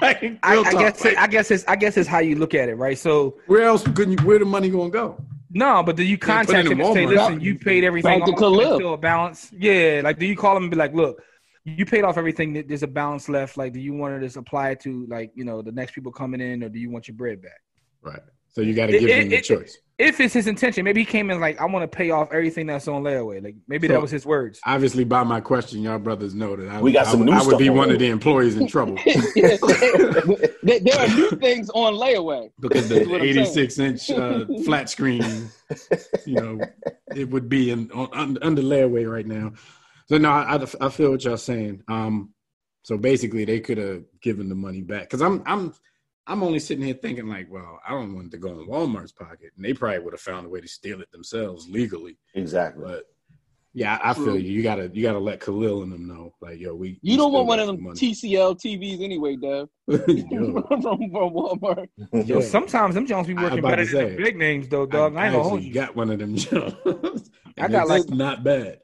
D: like,
B: I,
D: real
B: I
D: talk,
B: guess
D: like,
B: I guess it's I guess it's how you look at it, right? So
D: where else couldn't you where the money gonna go?
B: no, but do you
D: put it
B: contact
D: in
B: him and say,
D: Walmart.
B: "Listen, you paid everything
C: Back to
B: off. There's
C: Khalil.
B: still a balance." Yeah, like do you call him and be like, "Look, you paid off everything. There's a balance left. Like, do you want to just apply it to like you know the next people coming in, or do you want your bread back?"
D: Right. So you got to
B: It-
D: give
B: it-
D: them the
B: it-
D: choice.
B: if it's his intention, maybe he came in like I want to pay off everything that's on layaway. Like maybe
D: So-
B: that was his words.
D: Obviously, by my question, y'all brothers know that I,
A: We got some
D: I,
A: new
D: I would
A: stuff
D: be
A: on
D: one of
A: there.
D: the employees in trouble
C: there, there are new things on layaway.
D: because
A: That's
D: the
C: what I'm saying.
D: 86 inch uh, flat screen, you know, it would be in, on, un- under layaway right now. So no, I, I- I feel what y'all saying. Um, so basically, they could have given the money back because I'm I'm I'm only sitting here thinking like, well, I don't want it to go in Walmart's pocket, and they probably would have found a way to steal it themselves legally.
A: Exactly.
D: But yeah, I, I feel
C: True.
D: you. You gotta you gotta let Khalil and them know, like, yo, we.
C: You
D: we
C: don't
D: still
C: want one
D: got
C: of them
D: some
C: TCL TVs anyway, Dev.
D: money.
C: from,
D: Yo,
C: from Walmart.
B: Yo, sometimes them Jones be
D: I- I
B: working
D: about
B: better
D: to
B: than the
D: say,
B: big names though,
D: I,
B: dog. I, ain't gonna hold
D: actually
B: you.
D: got one of them jobs.
B: I
D: And
B: got,
D: it's
B: like-
D: not bad.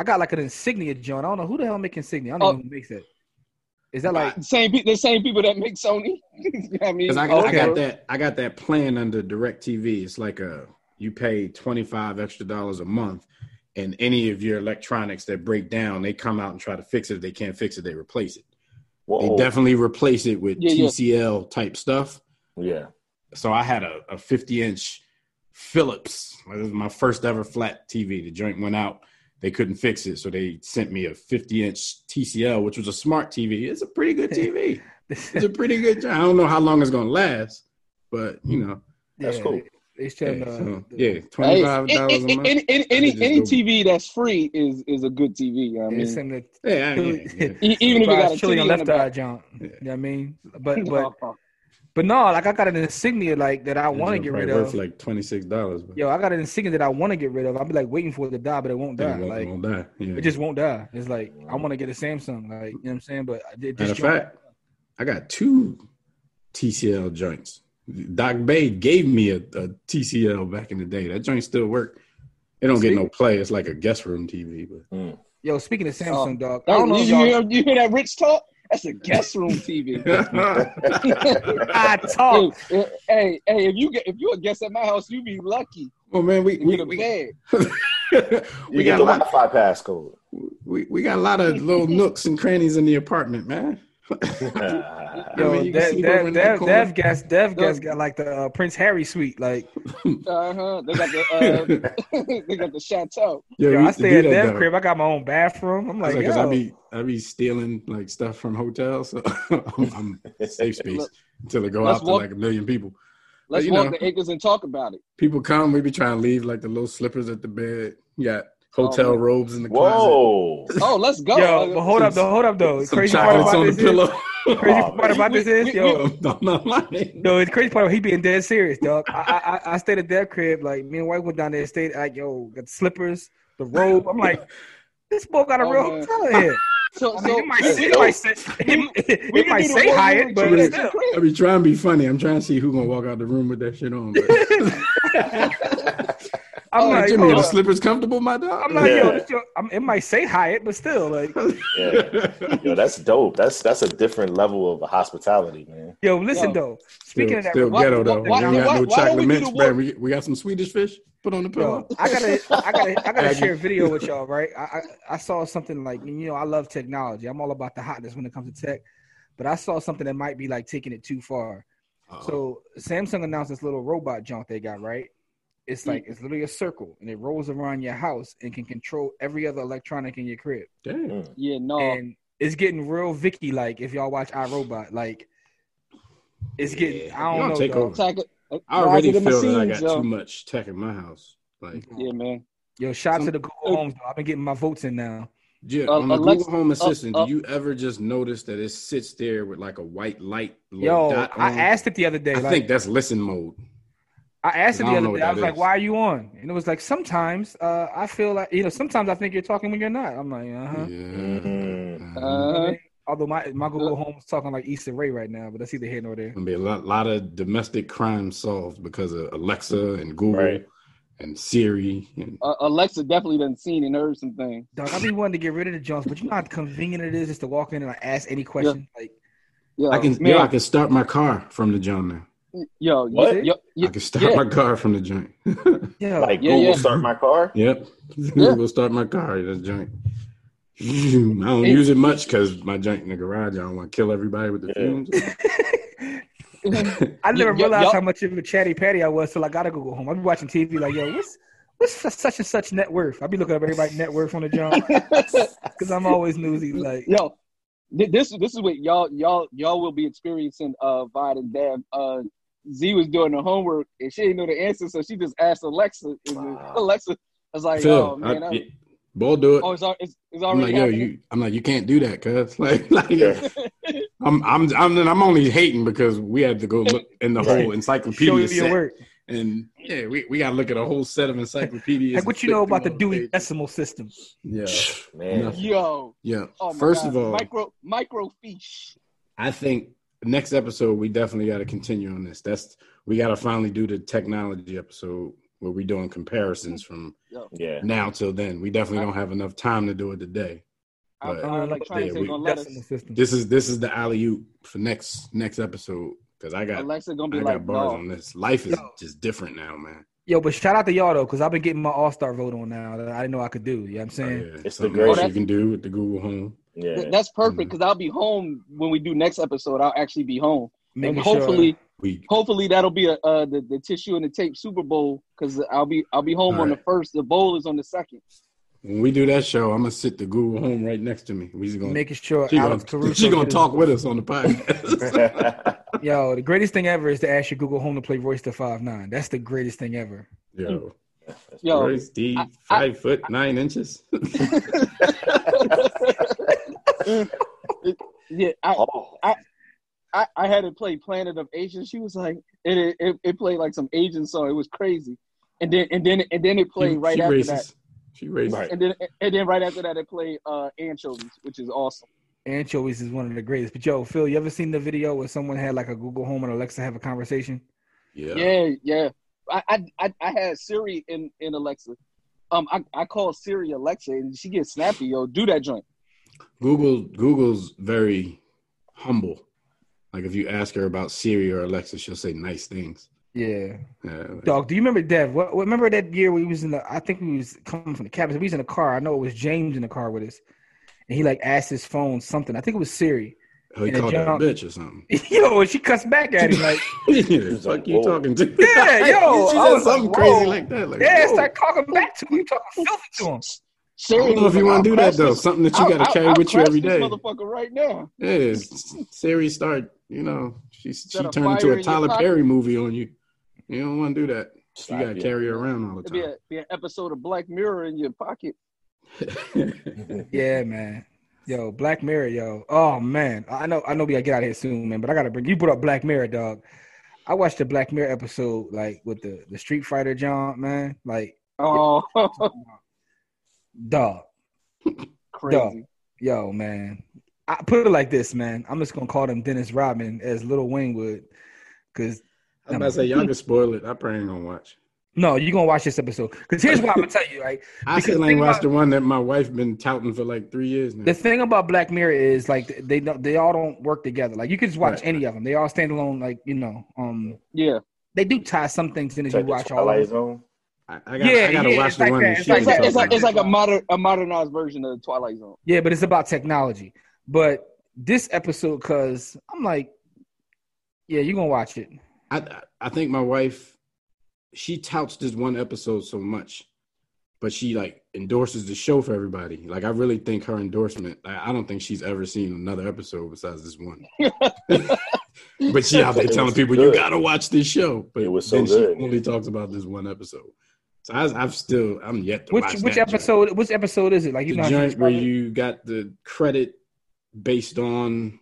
B: I got like an insignia joint. I don't know who the hell make insignia. I don't
C: Oh.
B: know who makes it. Is that like
C: Same pe- the same people that make Sony. You know what I mean,
D: Because I, got- I got
C: Okay.
D: that I got that plan under DirecTV. It's like a you pay twenty five extra dollars a month, and any of your electronics that break down, they come out and try to fix it. If they can't fix it, they replace it. They
A: Whoa.
D: definitely replace it with
C: Oh. Yeah, yeah.
D: TCL type stuff.
A: yeah.
D: So I had a, a fifty inch Philips. It was my first ever flat TV. The joint went out. They couldn't fix it, so they sent me a 50 inch TCL, which was a smart TV. It's a pretty good TV. it's a pretty good job. I don't know how long it's gonna last, but you know,
A: That's
B: yeah,
A: cool.
B: They, they showing
D: yeah,
B: the-
D: so,
B: uh, the-
D: yeah
C: Hey,
D: twenty five dollars a
C: any-
D: month.
C: any any, any,
D: just
C: any
D: go-
C: TV that's free is is a good TV. You know what I
B: It's
C: mean,
B: in the
D: Yeah, yeah, yeah.
C: E- even if you got a
B: surprise
C: TV
B: chili
C: on
B: and
C: left
B: left
C: the
B: eye
C: back.
B: junk.
D: Yeah.
B: You know what I mean? But but
C: No.
B: but no, like I got an insignia like that I
D: That
B: want to
D: joint
B: get
D: probably
B: rid
D: worth
B: of.
D: like twenty six dollars. but
B: Yo, I got an insignia that I want to get rid of. I'll be like waiting for it to die, but it won't
D: it
B: die.
D: won't-
B: Like
D: won't die. Yeah.
B: it just won't die. It's like I want to get a Samsung. Like you know what I'm saying? But it
D: Matter
B: just
D: of fact, I got two TCL joints. Doc Bay gave me a, a TCL back in the day. That joint still work. It don't get no play. It's like a guest room TV, but
B: yo, speaking of Samsung,
C: Oh,
B: dog, I
C: That-
B: don't know.
C: you,
B: if
C: you
B: y'all-
C: hear, you hear that rich talk? That's a guest room TV.
B: I
C: Hey,
B: talk.
C: hey, hey, if you get if you a guest at my house, you be lucky.
D: well, man, we
C: You
D: we,
C: get a
D: we,
C: bed.
A: You
D: we
A: get
D: got
A: the
D: a lot.
A: Wi-Fi passcode.
D: We, we got a lot of little nooks and crannies in the apartment, man.
B: Yo,
D: I mean, you can
B: Dev,
D: sleep
B: Dev,
D: over in that
B: Dev,
D: corner.
B: Dev Gas, Dev
C: Yo.
B: Gas got like the uh, Prince Harry suite. Like,
C: Uh huh. They got the uh, they got the chateau.
D: Yo,
B: yo,
D: we
B: I
D: used to do
B: stay at
D: that,
B: Dev
D: though.
B: crib. I got my own bathroom. I'm
D: I
B: like,
D: was like,
B: yo,
D: cause I be I be stealing like stuff from hotels, so I'm, I'm safe space
C: Look,
D: until it go
C: let's
D: out
C: walk-
D: to like a million people.
C: Let's
D: you
C: walk
D: know.
C: the acres and talk about it.
D: People come, we be trying to leave like the little slippers at the bed. You got hotel
C: Oh, man.
D: robes in the closet,
A: Whoa.
C: Oh, let's go.
B: yo, but hold up, though, hold up, though.
D: some
B: Oh, Crazy part
D: chocolates
B: about
D: on the
B: this is, Oh.
D: pillow.
B: crazy
A: Oh,
B: part
A: man.
B: about this
C: We-
B: is,
C: we-
B: yo,
D: I'm not lying.
B: No, it's crazy part of he being dead serious, dog. I, I I- I stayed at that crib. Like me and wife went down there and stayed. Like yo, got the slippers, the robe. I'm like, this boy got a
C: Oh,
B: real
C: man.
B: hotel in here.
C: so,
B: I
C: so
B: mean, it might,
C: we-
B: it might say, it, it
C: we can
B: might
C: do the
B: say
C: Royal
B: Hyatt, but
C: Retreat at
B: still.
C: your crib.
D: I be trying to be funny. I'm trying to see who gonna walk out the room with that shit on. But,
B: I'm
C: Oh,
B: like,
D: Jimmy, are
B: hold
D: the
B: up.
D: slippers comfortable, my dog?
B: I'm like,
A: Yeah.
B: yo, this yo I'm, it might say Hyatt, but still, like,
A: Yeah. Yo, that's dope. That's that's a different level of hospitality, man.
B: yo, listen
C: Yo.
B: though. Speaking
D: still,
B: of that,
D: still
C: why-
D: ghetto though.
C: why-
D: we
C: why-
D: ain't got no
C: why don't we
D: chocolate
C: do
D: mix
C: the
D: bread.
C: work-
D: We, we got some Swedish fish. Put on the pillow.
B: Yo, I gotta, I gotta, I gotta
D: Aggie.
B: share a video with y'all, right? I, I, I saw something like, you know, I love technology. I'm all about the hotness when it comes to tech, but I saw something that might be like taking it too far.
D: Oh.
B: So Samsung announced this little robot junk they got, right? It's like it's literally a circle, and it rolls around your house and can control every other electronic in your crib.
D: Damn.
C: Yeah,
D: Oh.
C: no.
B: And it's getting real Vicky like if y'all watch iRobot, like it's getting.
D: Yeah,
B: I
D: y'all
B: don't know.
D: take
B: dog.
D: over.
C: Attack it-
D: I already
C: Rise of
D: feel
C: the
D: that I
C: machines,
D: got
C: yo.
D: too much tech in my house. Like,
C: Yeah, man.
B: Yo, shout out
D: Some-
B: to the Google Homes. Though. I've been getting my votes in now.
D: yeah,
C: Uh,
D: on the
C: Alexa-
D: Google Home Assistant,
C: uh,
D: do you ever just notice that it sits there with like a white light? little
B: Yo,
D: dot
B: I
D: on?
B: asked it the other day.
D: um, I
B: like,
D: think that's listen mode.
B: I asked it the
D: I don't know
B: other
D: what
B: day. I
D: that
B: was like,
D: is.
B: "Why are you on?" And it was like, "Sometimes uh, I feel like you know, sometimes I think you're talking when you're not." I'm like, "Uh huh."
A: Mhm.
D: Yeah. Uh,
C: Uh,
B: Although my my Google
C: Uh-huh.
B: Home's talking like Issa Rae right now, but that's either here nor there.
D: gonna be a lot, lot of domestic crime solved because of Alexa and Google
A: Right.
D: and Siri. And,
C: uh, Alexa definitely done seen and heard some things.
B: Dog, I be wanting to get rid of the Jones, but you know how convenient it is just to walk in and like, ask any question. Like,
C: Yo,
D: I can,
C: man,
D: yo, I can start my car from the joint now.
C: yo,
A: What?
C: yo, yo,
D: I can start
C: yeah.
D: my car from the joint.
B: Oh, yeah,
A: Like
C: Yeah,
A: Google
C: yeah.
A: start my car.
D: Yep. Google start my car. That joint. I don't
C: It-
D: use it much because my joint in the garage. I don't want to kill everybody with the
A: Yeah.
D: fumes.
B: I never
C: y- y-
B: realized
C: y'all-
B: how much of a chatty patty I was till I got a Google Home. I be watching TV like, "Yo, what's what's such and such net worth?" I be looking up everybody's net worth on the Jones because I'm always newsy. Like,
C: yo, thi- this this is what y'all y'all y'all will be experiencing. Uh, Vod and Dab. Uh, Z was doing the homework and she didn't know the answer, so she just asked Alexa. And then
A: Wow.
C: Alexa was like, "Oh
D: Phil,
C: man,
D: I,
C: I,
D: yeah, Bo do it.
C: oh it's, al- it's, it's
D: I'm
C: already
D: like, yo,
C: happening."
D: you. I'm like, you can't do that, cuz. Like, like
A: Yeah.
D: I'm, I'm, I'm, and I'm only hating because we had to go look in the
A: Right.
D: whole
B: show
D: encyclopedia
B: you your
D: set,
B: work.
D: and yeah, we, we got to look at a whole set of encyclopedias.
B: Like,
D: and
B: what you
D: flip
B: know
D: through
B: about the
D: all
B: Dewey
D: pages.
B: Decimal System?
D: Yeah,
A: Man.
C: Yo,
D: yeah.
C: oh my
D: First
C: God.
D: of all,
C: micro microfiche.
D: I think next episode we definitely got to continue on this. That's we got to finally do the technology episode where we doing comparisons from
A: Yeah.
D: now till then. We definitely don't have enough time Uh, to do it today.
C: I'm,
D: But
B: I
C: I'm
B: like
C: trying
D: that
C: to take
D: we-
C: on
B: That's in the
C: lettuce.
B: system.
D: This is this is the alley oop for next next episode because I got
C: Alexa gonna
D: I
C: be
D: got
C: like,
D: bars
C: no.
D: on this. Life is
B: Yo.
D: just different now, man.
B: Yo, but shout out to y'all though, because I've been getting my all star vote on now that I didn't know I could do. You know what I'm
D: Oh,
B: saying?
D: yeah.
A: It's the
D: Something
A: great-
D: else you can do with the Google Home.
A: Yeah.
C: Th- That's
D: Mhm.
C: perfect because I'll be home when we do next episode. I'll actually be home,
B: Making
C: and
B: sure-
C: hopefully,
D: We
C: hopefully that'll be a, uh, the the tissue and the tape Super Bowl because I'll be I'll be home
D: All
C: on
D: right.
C: the first. The bowl is on the second.
D: when we do that show, I'm gonna sit the Google Home right next to me. We just gonna
B: making sure
D: she
B: Alex
D: gonna,
B: Caruso
D: she gonna
B: gets-
D: talk with us on the podcast.
B: Yo, the greatest thing ever is to ask your Google Home to play Royce to five nine. That's the greatest thing ever.
D: Yo,
C: Yo,
D: Royce D,
C: I-
D: five foot nine inches.
C: Mm. yeah, I,
A: oh.
C: I, I had it play Planet of Asians. She was like, it, it it it played like some Asian song. It was crazy, and then and then and then it played
D: She-
C: right
D: she
C: after
D: racist.
C: that,
D: She racist.
A: Right.
C: and then and then right after that it played uh, anchovies, which is awesome.
B: Anchovies is one of the greatest. But yo, Phil, you ever seen the video where someone had like a Google Home and Alexa have a conversation?
D: Yeah.
C: Yeah, yeah. I I I, I had Siri in in Alexa. Um, I, I called Siri Alexa and she gets snappy. Yo, do that joint.
D: Google Google's very humble. Like if you ask her about Siri or Alexa, she'll say nice things.
B: Yeah.
D: Yeah, like-
B: Dog, do you remember Dev? What, what remember that year we was in the? I think we was coming from the cabin. We was in a car. I know it was James in the car with us, and he like asked his phone something. I think it was Siri.
D: Oh, he
B: And a
D: called her a
B: jump.
D: bitch or something.
B: yo, and she cuts back at him like,
D: the
A: was
D: fuck
A: like,
D: you
A: "Whoa."
D: talking to?
B: Yeah, yo,
D: she
B: I was
D: said
B: like,
D: something crazy
B: "Whoa."
D: like that. Like,
B: yeah,
D: whoa.
B: start talking back to him, talking filthy to him.
D: I
C: Siri,
D: don't know if
C: was
D: you
C: like,
D: want to
C: I'll
D: do that
C: crash
D: though.
C: this-
D: Something that you
C: I'll-
D: got to
C: I'll-
D: carry
C: I'll
D: with you
C: crash
D: every
C: this
D: day.
C: motherfucker, right now.
D: Yeah, it's- Siri, start. You know, she she
C: Set a
D: turned into
C: fire
D: a
C: in your
D: Tyler
C: pocket.
D: Perry movie on you. You don't want to do that. You
A: Slap
D: got to
A: you.
D: carry her around all the
C: It'd be, a, be an episode of Black Mirror in your pocket.
D: time.
B: Yeah, man. Yo, Black Mirror, yo. Oh man, I know, I know. We gotta get out of here soon, man. But I gotta bring you brought up Black Mirror, dog. I watched the Black Mirror episode like with the the Street Fighter John, man. Like,
C: Oh,
B: dog,
C: crazy.
B: yo, man. I put it like this, man. I'm just gonna call them Dennis Rodman as Little Wayne would, cause
D: I'm about to say y'all can spoil it. I probably ain't gonna watch.
B: no, you gonna watch this episode. Cause here's what I'm gonna tell you, right?
D: I
B: Because
D: still
B: think
D: ain't watched
B: about-
D: the one that my wife been touting for like three years now.
B: The thing about Black Mirror is like they don't, they all don't work together. Like you can just watch
D: Right.
B: any of them. They all stand alone. Like you know, um,
C: Yeah.
B: they do tie some things in
A: It's
B: as you
A: like the
B: watch all
A: Twilight
B: of them.
A: Zone.
D: I, I gotta,
B: Yeah,
D: I gotta
B: yeah,
D: watch
B: it's
D: the
B: like
D: one
B: that.
D: that
B: It's
D: she
B: like
C: It's
D: was
B: that.
C: like,
D: talking
C: it's like,
D: about.
C: it's like a, modern, a modernized version of the Twilight Zone.
B: Yeah, but it's about technology. But this episode, cause I'm like, yeah, you gonna watch it.
D: I I think my wife, she touts this one episode so much, but she like endorses the show for everybody. Like I really think her endorsement. I, I don't think she's ever seen another episode besides this one. but she out there
A: It
D: telling
A: was
D: people you
A: good.
D: gotta watch this show. But
A: It was so
D: then
A: good.
D: she only talks about this one episode. So I, I've still I'm yet to watch
B: Which which
D: that joint.
B: episode? Which episode is it? Like you know,
D: the
B: how she
D: joint where
B: described it?
D: you got the credit based on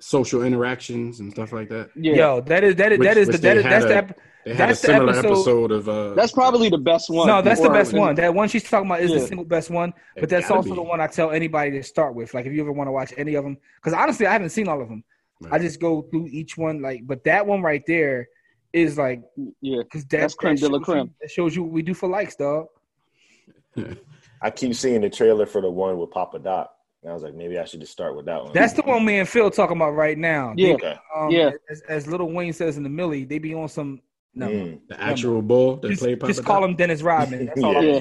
D: social interactions and stuff like that.
C: Yeah.
B: yo, that is that is
D: Which-
B: that is
D: which
B: the that
D: they
B: is that's
D: had
B: the
D: a-
B: ep-
D: They had
B: That's
D: a
B: the
D: similar
B: episode-
D: episode, of uh
C: That's probably the best one.
B: no, that's the
C: Or-
B: best one. That one she's talking about is the
C: Yeah.
B: single best one.
D: It
B: But that's
D: gotta
B: also
D: be.
B: the one I tell anybody to start with. Like if you ever want to watch any of them, because honestly, I haven't seen all of them. I
D: Right.
B: just go through each one. Like, but that one right there is like
C: Yeah.
B: because that,
C: That's creme
B: that
C: de la
B: shows
C: creme.
B: You, that shows you what we do for likes, dog.
A: I keep seeing the trailer for the one with Papa Doc. And I was like, maybe I should just start with that one.
B: That's the one me and Phil talking about right now.
C: Yeah.
A: Okay.
B: um,
C: Yeah.
B: As, as Little Wayne says in the Millie, they be on some. No,
A: Mm.
D: the actual ball that
B: just,
D: played Papa
B: just call
D: Doc.
B: him Dennis Rodman. That's all.
A: Yeah.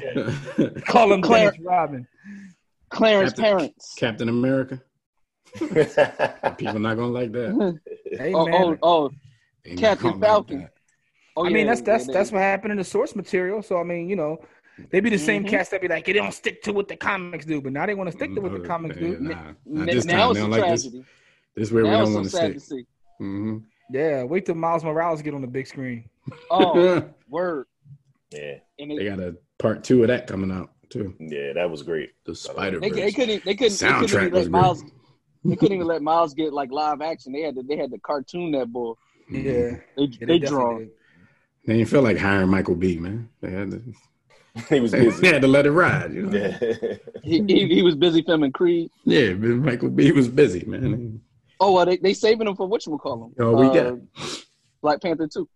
B: I'm, call him
C: Claire-
B: Dennis Rodman.
C: Clarence
D: Captain-
C: Parents.
D: Captain America. People not gonna like that.
B: Hey,
C: oh,
B: man.
C: oh, oh,
D: They not
C: Captain
D: gonna like
C: Falcon.
D: that.
C: oh,
B: I
C: yeah,
B: mean, that's that's
C: yeah,
B: that's what happened in the source material. So I mean, you know, they be the same
C: Mhm.
B: cast that be like, it don't stick to what the comics do, but now they want to stick to what the
D: No,
B: comics
D: yeah,
B: do.
D: Nah,
C: N-
D: Not this time.
C: now it's
D: They
C: a
D: don't like this.
C: tragedy.
D: This is where we
C: now it's
D: don't
C: so
D: want to
C: sad
D: stick.
C: to see.
D: Mhm.
B: Yeah, wait till Miles Morales get on the big screen.
C: Oh, word.
A: yeah.
C: And
D: they
C: it,
D: got a part two of that coming out too.
A: Yeah, that was great.
D: The Spider
C: they, they
D: Verse.
C: couldn't. They couldn't. They couldn't
D: Soundtrack
C: even let
D: was great.
C: Miles. They couldn't even let Miles get like live action. They had to. They had to cartoon that boy.
D: Mhm.
B: Yeah, yeah,
C: They
B: they definitely
C: they drawn.
B: did.
D: They didn't feel like hiring Michael B. Man, they had to.
A: he was
D: They
A: busy.
D: had to let it ride. You know.
A: Yeah.
C: He, he, he was busy filming Creed.
D: Yeah, but Michael B was busy, man.
C: Oh, well, they they saving him for Uh, what you call him?
D: Oh, we got.
C: Black Panther two.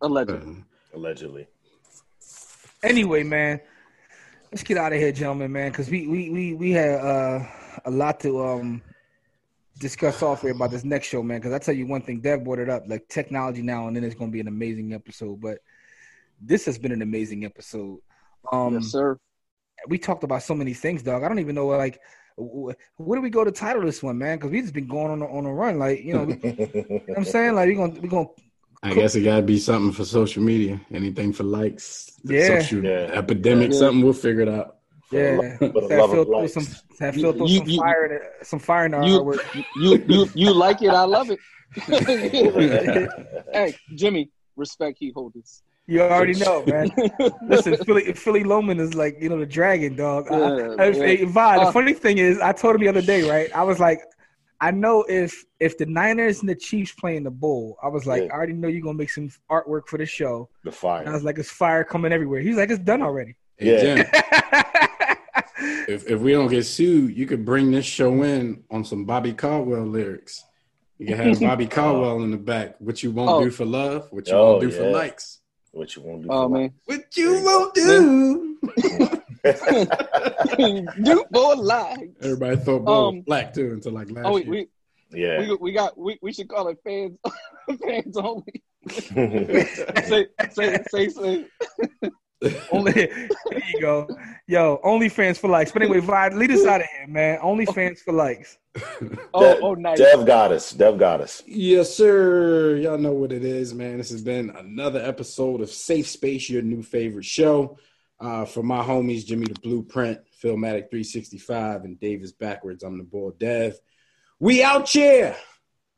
C: Allegedly.
D: Uh,
A: Allegedly.
B: Anyway, man, Let's get out of here, gentlemen, man, because we we we we had uh, a lot to um discuss off here about this next show, man. Because I tell you one thing, Dev brought it up, like technology now and then it's going to be an amazing episode. But this has been an amazing episode. Um,
C: yes, sir.
B: we talked about so many things, dog. I don't even know like wh- where do we go to title this one, man? Because we just been going on a, on a run, like you know, we, you know what I'm saying like we gonna we gonna
D: I guess it gotta be something for social media. Anything for likes.
B: Yeah.
D: Social
A: Yeah.
D: epidemic.
C: Yeah.
D: Something we'll figure it out.
B: yeah
A: For the
B: have
A: love
B: Phil
A: of
B: throw
A: life.
B: some have Phil throw
C: You-
B: some
C: you-
B: fire in it, some fire in our
C: you-
B: work.
C: You you you like it? I love it. hey, Jimmy, respect he holders.
B: You already know, man. Listen, Philly, Philly Loman is like you know the dragon dog.
C: Yeah,
B: I, I,
C: yeah.
B: hey, Vi, the
C: Uh.
B: funny thing is, I told him the other day, right? I was like, I know if if the Niners and the Chiefs play in the bowl, I was like,
A: Yeah.
B: I already know you're gonna make some artwork for the show.
A: The
B: And I was
A: fire.
B: like, it's fire coming everywhere. He's like, it's done already.
D: Hey,
A: Yeah.
D: Jim, if if we don't get sued, you could bring this show in on some Bobby Caldwell lyrics. You can have Bobby Caldwell in the back. What you won't
C: Oh.
D: do for love, what you
A: Oh,
D: won't do for
A: yeah.
D: likes.
A: What you want to do?
C: Oh man,
D: What
A: you won't
D: do.
C: do for life.
D: Everybody thought Bo
C: Um,
D: was black too until like last
C: Oh, we
D: year.
C: we,
A: yeah.
C: we, we got we, we should call it fans fans only.
D: Say-
C: Say say say say.
B: Only there you go, yo. Only fans for likes. But anyway, Vi, lead us out of here, man. Only fans for likes.
C: Oh oh nice.
A: Dev got us. Dev got us.
D: yes, sir. Y'all know what it is, man. This has been another episode of Safe Space, your new favorite show. Uh, for my homies, Jimmy the Blueprint, Philmatic 365, and Davis Backwards. I'm the ball dev. We out here.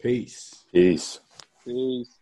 D: Peace.
A: Peace.
C: Peace.